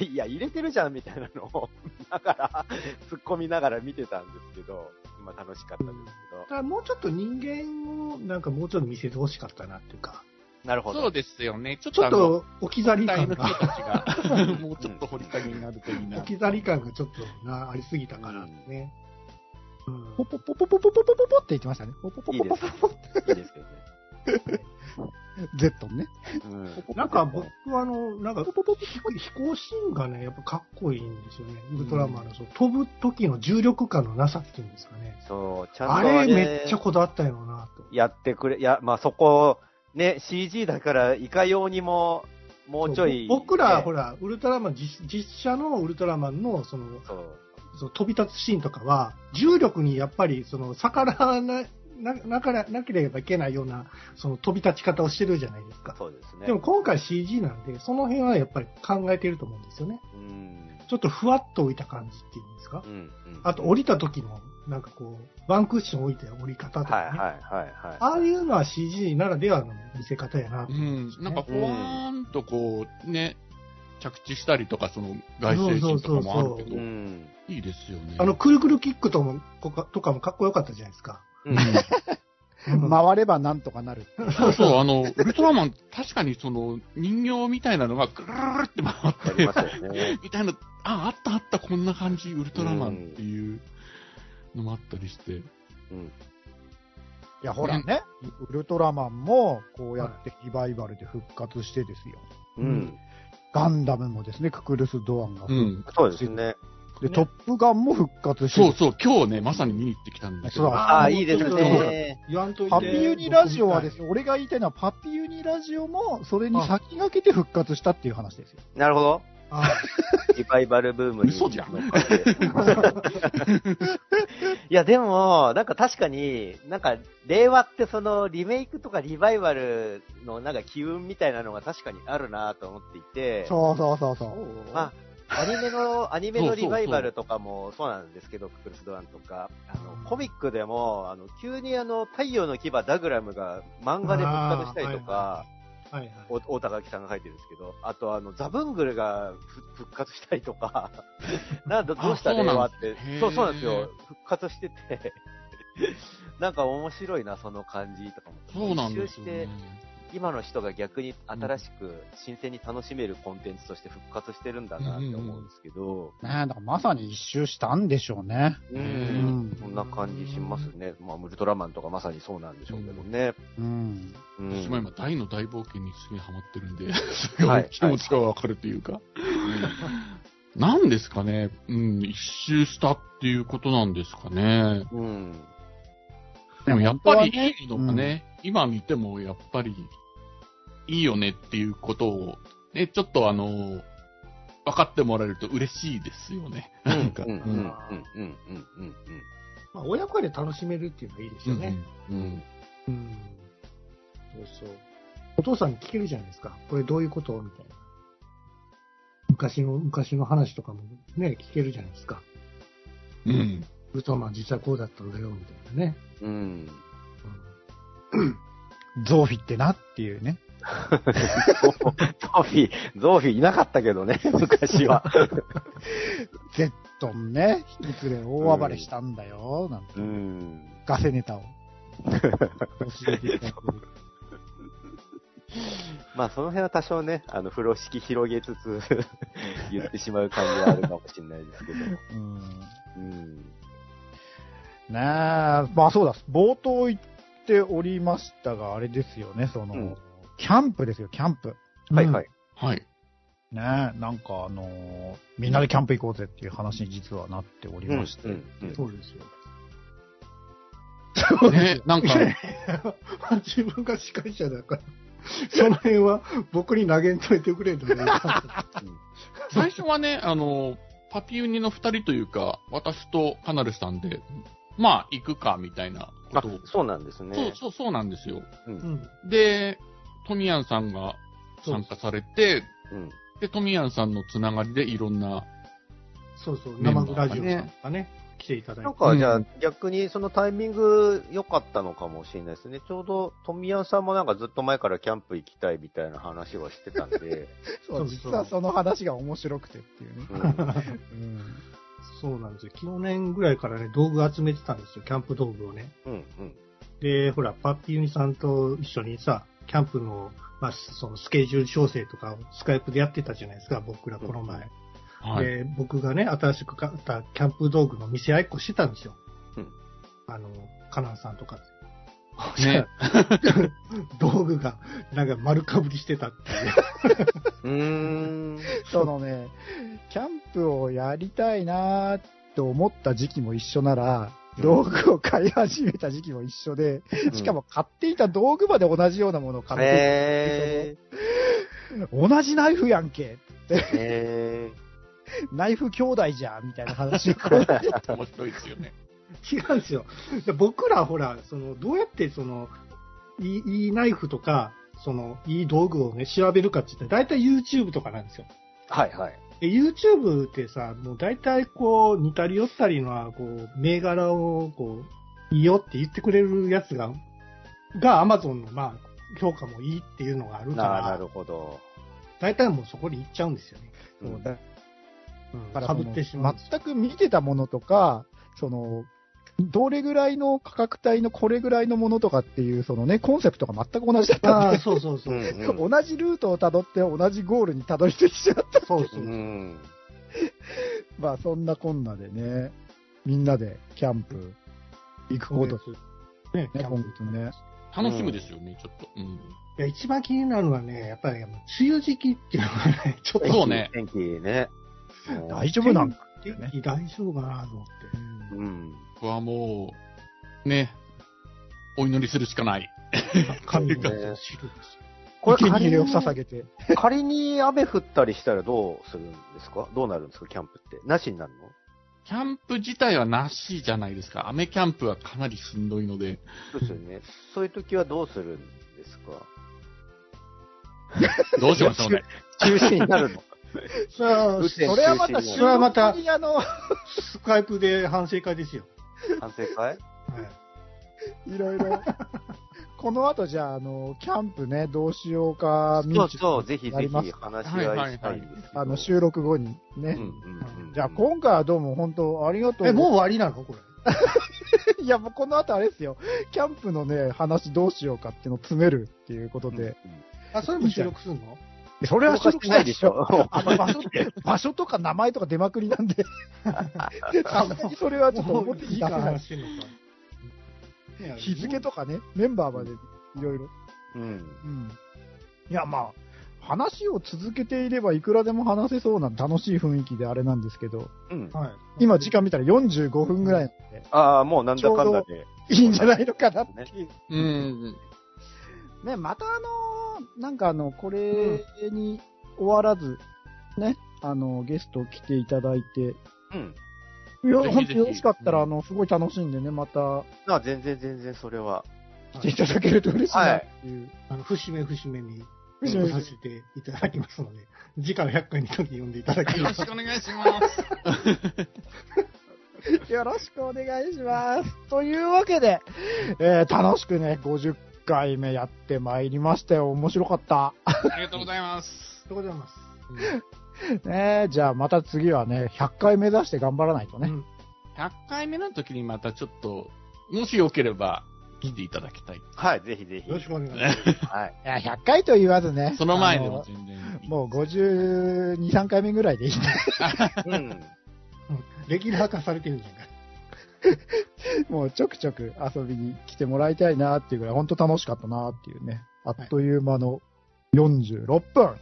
[SPEAKER 5] う。いや、入れてるじゃん、みたいなのを、だから、突っ込みながら見てたんですけど、今楽しかったですけど
[SPEAKER 4] だ。からもうちょっと人間を、なんかもうちょっと見せてほしかったなっていうか、
[SPEAKER 5] なるほど。
[SPEAKER 3] そうですよね。ちょっ
[SPEAKER 4] ち
[SPEAKER 3] と
[SPEAKER 4] ょっ
[SPEAKER 3] あの、
[SPEAKER 4] と置き去り
[SPEAKER 3] 期待
[SPEAKER 4] 感
[SPEAKER 3] の人
[SPEAKER 4] が、
[SPEAKER 3] たちが、もうちょっと掘り下げになるといいな
[SPEAKER 4] 置。き去り感がちょっとな、ありすぎたからね。うん
[SPEAKER 2] ポポポポポポポポポポって言ってましたね。ポポポ
[SPEAKER 5] い
[SPEAKER 2] ポ
[SPEAKER 5] いで
[SPEAKER 2] ポ
[SPEAKER 5] す
[SPEAKER 2] ポ。
[SPEAKER 5] いいですけどね。
[SPEAKER 2] ゼットンね。
[SPEAKER 5] うん
[SPEAKER 4] なんか僕はあの、なんか飛行シーンがね、やっぱかっこいいんですよね。ウルトラマンのその飛ぶ時の重力感のなさっていうんですかね。
[SPEAKER 5] そう、ちゃんと
[SPEAKER 4] あれめっちゃこだわったよなと。
[SPEAKER 5] やってくれ、いや、まあそこ、ね、CG だから、いかようにも、もうちょい、
[SPEAKER 4] そう僕ら、ほ
[SPEAKER 5] ら、
[SPEAKER 4] ら、ウルトラマン、実実写のウルトラマンの、その、
[SPEAKER 5] そう。
[SPEAKER 4] その飛び立つシーンとかは、重力にやっぱり、その、逆らわな、な、なから、なければいけないような、その飛び立ち方をしてるじゃないですか。
[SPEAKER 5] そうですね。
[SPEAKER 4] でも今回 CG なんで、その辺はやっぱり考えてると思うんですよね。
[SPEAKER 5] うん、
[SPEAKER 4] ちょっとふわっと置いた感じっていうんですか
[SPEAKER 5] う。ん、うん。
[SPEAKER 4] あと降りた時の、なんかこう、ワンクッション置いて降り方と
[SPEAKER 5] は
[SPEAKER 4] か
[SPEAKER 5] いはい
[SPEAKER 4] ね。
[SPEAKER 5] はいはい。
[SPEAKER 4] ああいうのは CG ならではの見せ方やなと
[SPEAKER 3] う
[SPEAKER 4] 思うん
[SPEAKER 3] ん
[SPEAKER 4] です。よ
[SPEAKER 3] な
[SPEAKER 4] ね
[SPEAKER 3] んか、ほわーんとこう、ね、着地したりとか、その、外星人とかもあるけ
[SPEAKER 5] う
[SPEAKER 3] ど、
[SPEAKER 5] ん。
[SPEAKER 3] いいですよね。
[SPEAKER 4] あの、くるくるキックとも、こかとかもかっこよかったじゃないです か。
[SPEAKER 5] う
[SPEAKER 4] う
[SPEAKER 5] ん
[SPEAKER 4] ん
[SPEAKER 2] 回ればなんとかなる。
[SPEAKER 3] そうそう、あの、ウルトラマン、確かにその、人形みたいなのが、ぐるーって
[SPEAKER 5] あ
[SPEAKER 3] 回
[SPEAKER 5] りま
[SPEAKER 3] っ
[SPEAKER 5] す
[SPEAKER 3] て、
[SPEAKER 5] よね。
[SPEAKER 3] みたいな、あ、あったあった、こんな感じ、ウルトラマンっていうのもあったりして。
[SPEAKER 5] うん。
[SPEAKER 2] いや、ほらね、ウルトラマンも、こうやってリバイバルで復活してですよ。
[SPEAKER 5] うん。
[SPEAKER 2] ガンダムもですね、ククルス・ドアンが。
[SPEAKER 3] うん。
[SPEAKER 5] そうですね。
[SPEAKER 2] で、
[SPEAKER 4] ね
[SPEAKER 2] トップガンも復活してる
[SPEAKER 3] そうそう、今日ね、まさに見に行ってきたんだけ
[SPEAKER 2] そう
[SPEAKER 3] ど。
[SPEAKER 5] あ
[SPEAKER 4] あ
[SPEAKER 5] あ、
[SPEAKER 4] あ
[SPEAKER 5] いいですね。
[SPEAKER 4] 言わんといて。
[SPEAKER 2] パピユニラジオはですね、俺が言いたいのは、パピユニラジオも、それに先駆けて復活したっていう話ですよ。
[SPEAKER 5] なるほど。
[SPEAKER 4] あ
[SPEAKER 5] リバイバルブーム に。
[SPEAKER 3] 嘘じゃん
[SPEAKER 5] 乗っかって。 いや、でも、なんか確かに、なんか、令和ってその、リメイクとかリバイバルのなんか機運みたいなのが確かにあるなと思っていて、
[SPEAKER 2] そうそうそうそう。
[SPEAKER 5] まあ、アニメ の、アニメ
[SPEAKER 3] そ
[SPEAKER 5] の
[SPEAKER 3] うそうそ
[SPEAKER 5] リ
[SPEAKER 3] う
[SPEAKER 5] バイバルとかもそうなんですけど、ククルスドアンとか、あの、コミックでも、あの、急にあの、太陽の牙ダグラムが漫画で復活したりとか、
[SPEAKER 4] はいはい。
[SPEAKER 5] お大高木さんが書いてるんですけど、あとあの、ザブングルがふ復活したりとか、 なんだ、どうした
[SPEAKER 3] あそう
[SPEAKER 5] 令
[SPEAKER 3] なん
[SPEAKER 5] 和って
[SPEAKER 3] へー、
[SPEAKER 5] そう、そうなんですよ。復活してて、 なんか面白いな、その感じとかも。
[SPEAKER 3] そうなんです
[SPEAKER 5] 一周
[SPEAKER 3] よ、
[SPEAKER 5] して
[SPEAKER 3] ね。、
[SPEAKER 5] 今の人が逆に新しく、新鮮に楽しめるコンテンツとして復活してるんだなって思うんですけど、
[SPEAKER 2] ねえ、だからまさに一周したんでしょうね。
[SPEAKER 5] う
[SPEAKER 2] うん
[SPEAKER 5] ん、そんな感じしますね。まあ、ウルトラマンとかまさにそうなんでしょうけどね。
[SPEAKER 2] うん。
[SPEAKER 5] うん。
[SPEAKER 3] 私も今、大の大冒険にすげえハマってるんで、すご
[SPEAKER 5] はいい
[SPEAKER 3] 気持ちがわかるというか。なんですかね、うん、一周したっていうことなんですかね。
[SPEAKER 5] うん。
[SPEAKER 3] でもやっぱり
[SPEAKER 2] 本当はね
[SPEAKER 3] いいのがね、今見てもやっぱりいいよねっていうことを、ね、ちょっとあの、分かってもらえると嬉しいですよね。なんか。
[SPEAKER 5] うん、うん、うん、
[SPEAKER 3] うん
[SPEAKER 5] うん、うん、
[SPEAKER 4] まあ、親子で楽しめるっていうのはいいですよね。
[SPEAKER 5] うん。うん。
[SPEAKER 4] うん。そうそう。お父さんに聞けるじゃないですか。これどういうことみたいな。昔の、昔の話とかもね、聞けるじゃないですか。
[SPEAKER 3] うんうん
[SPEAKER 4] ウルトラマン実はこうだったんだよ、みたいなね。
[SPEAKER 5] うん。
[SPEAKER 2] ゾーフィってなっていうね。
[SPEAKER 5] ゾーフィー、ゾーフィーいなかったけどね、 昔は。
[SPEAKER 2] ゼットンね、引き連れ大暴れしたんだよ、なんて。
[SPEAKER 5] うん。
[SPEAKER 2] ガセネタを。教えていただく。
[SPEAKER 5] まあ、その辺は多少ね、あの、風呂敷広げつつ、 言ってしまう感じはあるかもしれないですけど。
[SPEAKER 2] うん
[SPEAKER 5] うん。
[SPEAKER 2] ねえ、まあそうだ、冒頭言っておりましたが、あれですよね、その、
[SPEAKER 5] うん
[SPEAKER 2] キャンプですよ、キャンプ。
[SPEAKER 5] はいはい。
[SPEAKER 3] はい。
[SPEAKER 2] うん。ねえ、なんかあのーみんなでキャンプ行こうぜっていう話に実はなっておりまして。
[SPEAKER 5] うんうん
[SPEAKER 4] そうですよ。
[SPEAKER 3] ね、なんか、
[SPEAKER 4] 自分が司会者だ から、その辺は僕に投げんといてくれとね。
[SPEAKER 3] 最初はね、あの、パピウニの二人というか、私とカナルさんで、まあ、行くか、みたいなこ
[SPEAKER 5] あ
[SPEAKER 3] とを。
[SPEAKER 5] そうなんですね。
[SPEAKER 3] そうそう、そうなんですよ。
[SPEAKER 4] うん。
[SPEAKER 3] で、トミヤンさんが参加されて、
[SPEAKER 5] うん。
[SPEAKER 3] で、トミヤンさんのつながりでいろんな、
[SPEAKER 4] そうそう、生ラジオさんとかね、来ていただい
[SPEAKER 5] なん
[SPEAKER 4] て。
[SPEAKER 5] か、
[SPEAKER 3] うん
[SPEAKER 5] じゃあ、逆にそのタイミング良かったのかもしれないですね。ちょうど、富山さんもなんかずっと前からキャンプ行きたいみたいな話はしてたんで、
[SPEAKER 2] そう、実はその話が面白くてっていうね。
[SPEAKER 5] うん
[SPEAKER 2] うん。
[SPEAKER 4] そうなんですよ。去年ぐらいからね、道具集めてたんですよ、キャンプ道具をね。
[SPEAKER 5] うん、うん。
[SPEAKER 4] で、ほら、パッピユニさんと一緒にさ、キャンプの、まあ、そのスケジュール調整とかをスカイプでやってたじゃないですか、僕らこの前。
[SPEAKER 3] はい。
[SPEAKER 4] で、僕がね、新しく買ったキャンプ道具の見せ合いっこしてたんですよ。
[SPEAKER 5] うん
[SPEAKER 4] あの、カナンさんとか。
[SPEAKER 3] ね
[SPEAKER 4] 道具が、なんか丸かぶりしてたっていう。
[SPEAKER 5] うーん。
[SPEAKER 2] そのね、キャンプをやりたいなーって思った時期も一緒なら、道具を買い始めた時期も一緒で、しかも買っていた道具まで同じようなものを買っていて
[SPEAKER 5] へ
[SPEAKER 2] 同じナイフやんけ
[SPEAKER 5] ー。へ
[SPEAKER 2] ナイフ兄弟じゃんみたいな 話をこう
[SPEAKER 3] 面白いですよね。
[SPEAKER 4] 違うんですよ。で僕らほら、その、どうやってその、いい、いいナイフとか、その、いい道具をね、調べるかって言ったら、大体 YouTube とかなんですよ。
[SPEAKER 5] ー。はい、はい。
[SPEAKER 4] で YouTube ってさ、もう大体こう、似たり寄ったりの、こう、銘柄を、こう、いいよって言ってくれるやつが、が Amazon の、まあ、評価もいいっていうのがあるか
[SPEAKER 5] なな
[SPEAKER 4] ら
[SPEAKER 5] る、ほど。
[SPEAKER 4] 大体もうそこに行っちゃうんですよね。
[SPEAKER 5] うん
[SPEAKER 2] だ
[SPEAKER 4] うん、
[SPEAKER 2] から
[SPEAKER 4] かぶってしまうんですよ。
[SPEAKER 2] 全く見てたものとかそのどれぐらいの価格帯のこれぐらいのものとかっていうそのねコンセプトが全く同じだった
[SPEAKER 4] あ
[SPEAKER 2] ん
[SPEAKER 4] あ、
[SPEAKER 2] で、
[SPEAKER 4] そうそうそうう。
[SPEAKER 5] んうん
[SPEAKER 2] 同じルートをたどって同じゴールにたどり着いちゃった
[SPEAKER 4] そうそうう。
[SPEAKER 5] ん。
[SPEAKER 2] まあそんなこんなでねみんなでキャンプ行くことね
[SPEAKER 4] ね
[SPEAKER 2] 今月ね
[SPEAKER 3] 楽しみですよね、ちょっと。うん。
[SPEAKER 4] いや、一番気になるのはね、やっぱり、梅雨時期っていうのがね、ちょっと
[SPEAKER 3] そうね
[SPEAKER 5] 天気ね。
[SPEAKER 2] 大丈夫なんか、
[SPEAKER 4] 天気大丈夫かなと思って。
[SPEAKER 5] うん。
[SPEAKER 3] 僕はもう、ね、お祈りするしかない。
[SPEAKER 4] 神の
[SPEAKER 5] ね
[SPEAKER 4] 汁ですよ。
[SPEAKER 5] これ
[SPEAKER 2] 生贄
[SPEAKER 5] 仮
[SPEAKER 2] を捧
[SPEAKER 5] に、
[SPEAKER 2] げて
[SPEAKER 5] 仮に雨降ったりしたらどうするんですかどうなるんですかキャンプって。なしになるの
[SPEAKER 3] キャンプ自体はなしじゃないですか。雨キャンプはかなりしんどいので。
[SPEAKER 5] そうですよね。そういう時はどうするんですか
[SPEAKER 3] どうしましょうね。
[SPEAKER 5] 中止になる の
[SPEAKER 4] さあ、
[SPEAKER 5] 雨天
[SPEAKER 2] それはまた
[SPEAKER 5] 中止
[SPEAKER 2] 収
[SPEAKER 5] に
[SPEAKER 4] それ
[SPEAKER 2] 録
[SPEAKER 4] はまた
[SPEAKER 2] にあの
[SPEAKER 4] スカイプで反省会ですよ。
[SPEAKER 5] 反省会
[SPEAKER 4] はい
[SPEAKER 2] いろいろ、この後じゃあ、あの、キャンプね、どうしようか、
[SPEAKER 5] そうそう、ぜひ
[SPEAKER 2] や
[SPEAKER 5] ぜ
[SPEAKER 2] ります
[SPEAKER 5] ひ話し合いしたいんですけど。
[SPEAKER 2] あの、収録後にね。
[SPEAKER 5] うんうんうん
[SPEAKER 2] じゃあ、今回はどうも本当ありがとう。
[SPEAKER 4] え、もう終わりなのこ れ。
[SPEAKER 2] いや、もうこの後あれですよ。キャンプのね、話どうしようかっていうのを詰めるっていうことで。
[SPEAKER 4] あ、それも収録するの
[SPEAKER 2] それは
[SPEAKER 5] 消
[SPEAKER 2] 収録
[SPEAKER 5] 化
[SPEAKER 2] して
[SPEAKER 5] しな
[SPEAKER 2] ないい
[SPEAKER 5] で
[SPEAKER 2] で
[SPEAKER 5] し
[SPEAKER 2] し
[SPEAKER 5] ょ
[SPEAKER 2] ょ。 あの場所って、場所とか名前とか出まくりなん で。さすがにそれはちょっと
[SPEAKER 4] も
[SPEAKER 2] 思っ
[SPEAKER 4] う
[SPEAKER 2] て
[SPEAKER 4] い
[SPEAKER 2] い
[SPEAKER 4] い
[SPEAKER 2] い
[SPEAKER 4] か
[SPEAKER 2] からな
[SPEAKER 4] 話
[SPEAKER 2] い。
[SPEAKER 4] してんのか。ね
[SPEAKER 2] 日付とかね、メンバーまでいろいろ。
[SPEAKER 5] うん。
[SPEAKER 2] うん。いや、まあ、話を続けていればいくらでも話せそうな楽しい雰囲気であれなんですけど、
[SPEAKER 5] うん。
[SPEAKER 4] はい。
[SPEAKER 2] 今時間見たら45分ぐらいなんで、
[SPEAKER 5] ああ、もうなんだかんだで。
[SPEAKER 2] いいんじゃないのかなっていう。
[SPEAKER 3] うん。
[SPEAKER 2] ね、またあのーなんかあの、これに終わらず、ね、あの、ゲスト来ていただいて、
[SPEAKER 5] うん。
[SPEAKER 2] いや、
[SPEAKER 3] ぜひ
[SPEAKER 2] 本当によろしかったら、
[SPEAKER 3] うん
[SPEAKER 2] あの、すごい楽しんでね、また
[SPEAKER 5] まあ、全然全然それは。
[SPEAKER 2] 来ていただけると嬉しいなっていう。
[SPEAKER 4] あの、節目節目に、
[SPEAKER 2] 節目節
[SPEAKER 4] さ
[SPEAKER 2] 目
[SPEAKER 4] せていただきますので、次回は100回に時呼んでいただき
[SPEAKER 3] よろ
[SPEAKER 4] ま
[SPEAKER 3] し
[SPEAKER 4] す
[SPEAKER 3] く。お願いします。
[SPEAKER 2] よろしくお願いします。というわけで、えー楽しくね、50回目やってまいりましたよ。面白かった。
[SPEAKER 3] ありがとうございます。
[SPEAKER 4] ということでございます。
[SPEAKER 2] ねじゃあまた次はね、100回目指して頑張らないと
[SPEAKER 4] う
[SPEAKER 2] ね。
[SPEAKER 4] ん
[SPEAKER 3] 100回目の時にまたちょっと、もしよければ来ていただきたい。
[SPEAKER 5] はい、ぜひぜひ
[SPEAKER 4] よろ。しくお願いします。
[SPEAKER 5] はい。
[SPEAKER 2] いや、100回と言わずね。
[SPEAKER 3] その前で
[SPEAKER 2] あ
[SPEAKER 3] も
[SPEAKER 2] の
[SPEAKER 3] 全然いい。
[SPEAKER 2] もう52、3回目ぐらいでいいんで
[SPEAKER 5] うん。
[SPEAKER 4] うんレギュラー化されてるんじゃない か。
[SPEAKER 2] もうちょくちょく遊びに来てもらいたいなっていうぐらい、本当楽しかったなっていうね。あっという間の46分、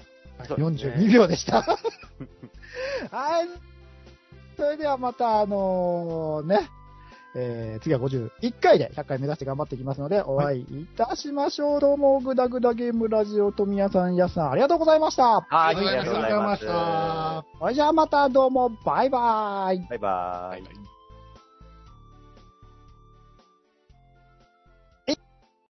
[SPEAKER 5] そうですね
[SPEAKER 2] 42秒でした。 はい。それではまた、あのーね、えー次は51回で100回目指して頑張っていきますので、お会いいたしましょう。どうも、ぐだぐだゲームラジオ、富谷さん、やすさん、ありがとうございました。
[SPEAKER 5] はい、
[SPEAKER 3] あ
[SPEAKER 5] あ
[SPEAKER 3] り
[SPEAKER 5] り
[SPEAKER 3] がと
[SPEAKER 5] がと
[SPEAKER 3] う
[SPEAKER 5] う
[SPEAKER 3] ご
[SPEAKER 5] ご
[SPEAKER 3] ざ
[SPEAKER 5] ざ
[SPEAKER 3] い
[SPEAKER 5] い
[SPEAKER 3] ま
[SPEAKER 5] ま
[SPEAKER 3] し
[SPEAKER 5] す。
[SPEAKER 3] た
[SPEAKER 5] バ
[SPEAKER 2] それじゃあまた、どうも、バイバイ。
[SPEAKER 5] イバ
[SPEAKER 3] は
[SPEAKER 5] イ
[SPEAKER 3] い。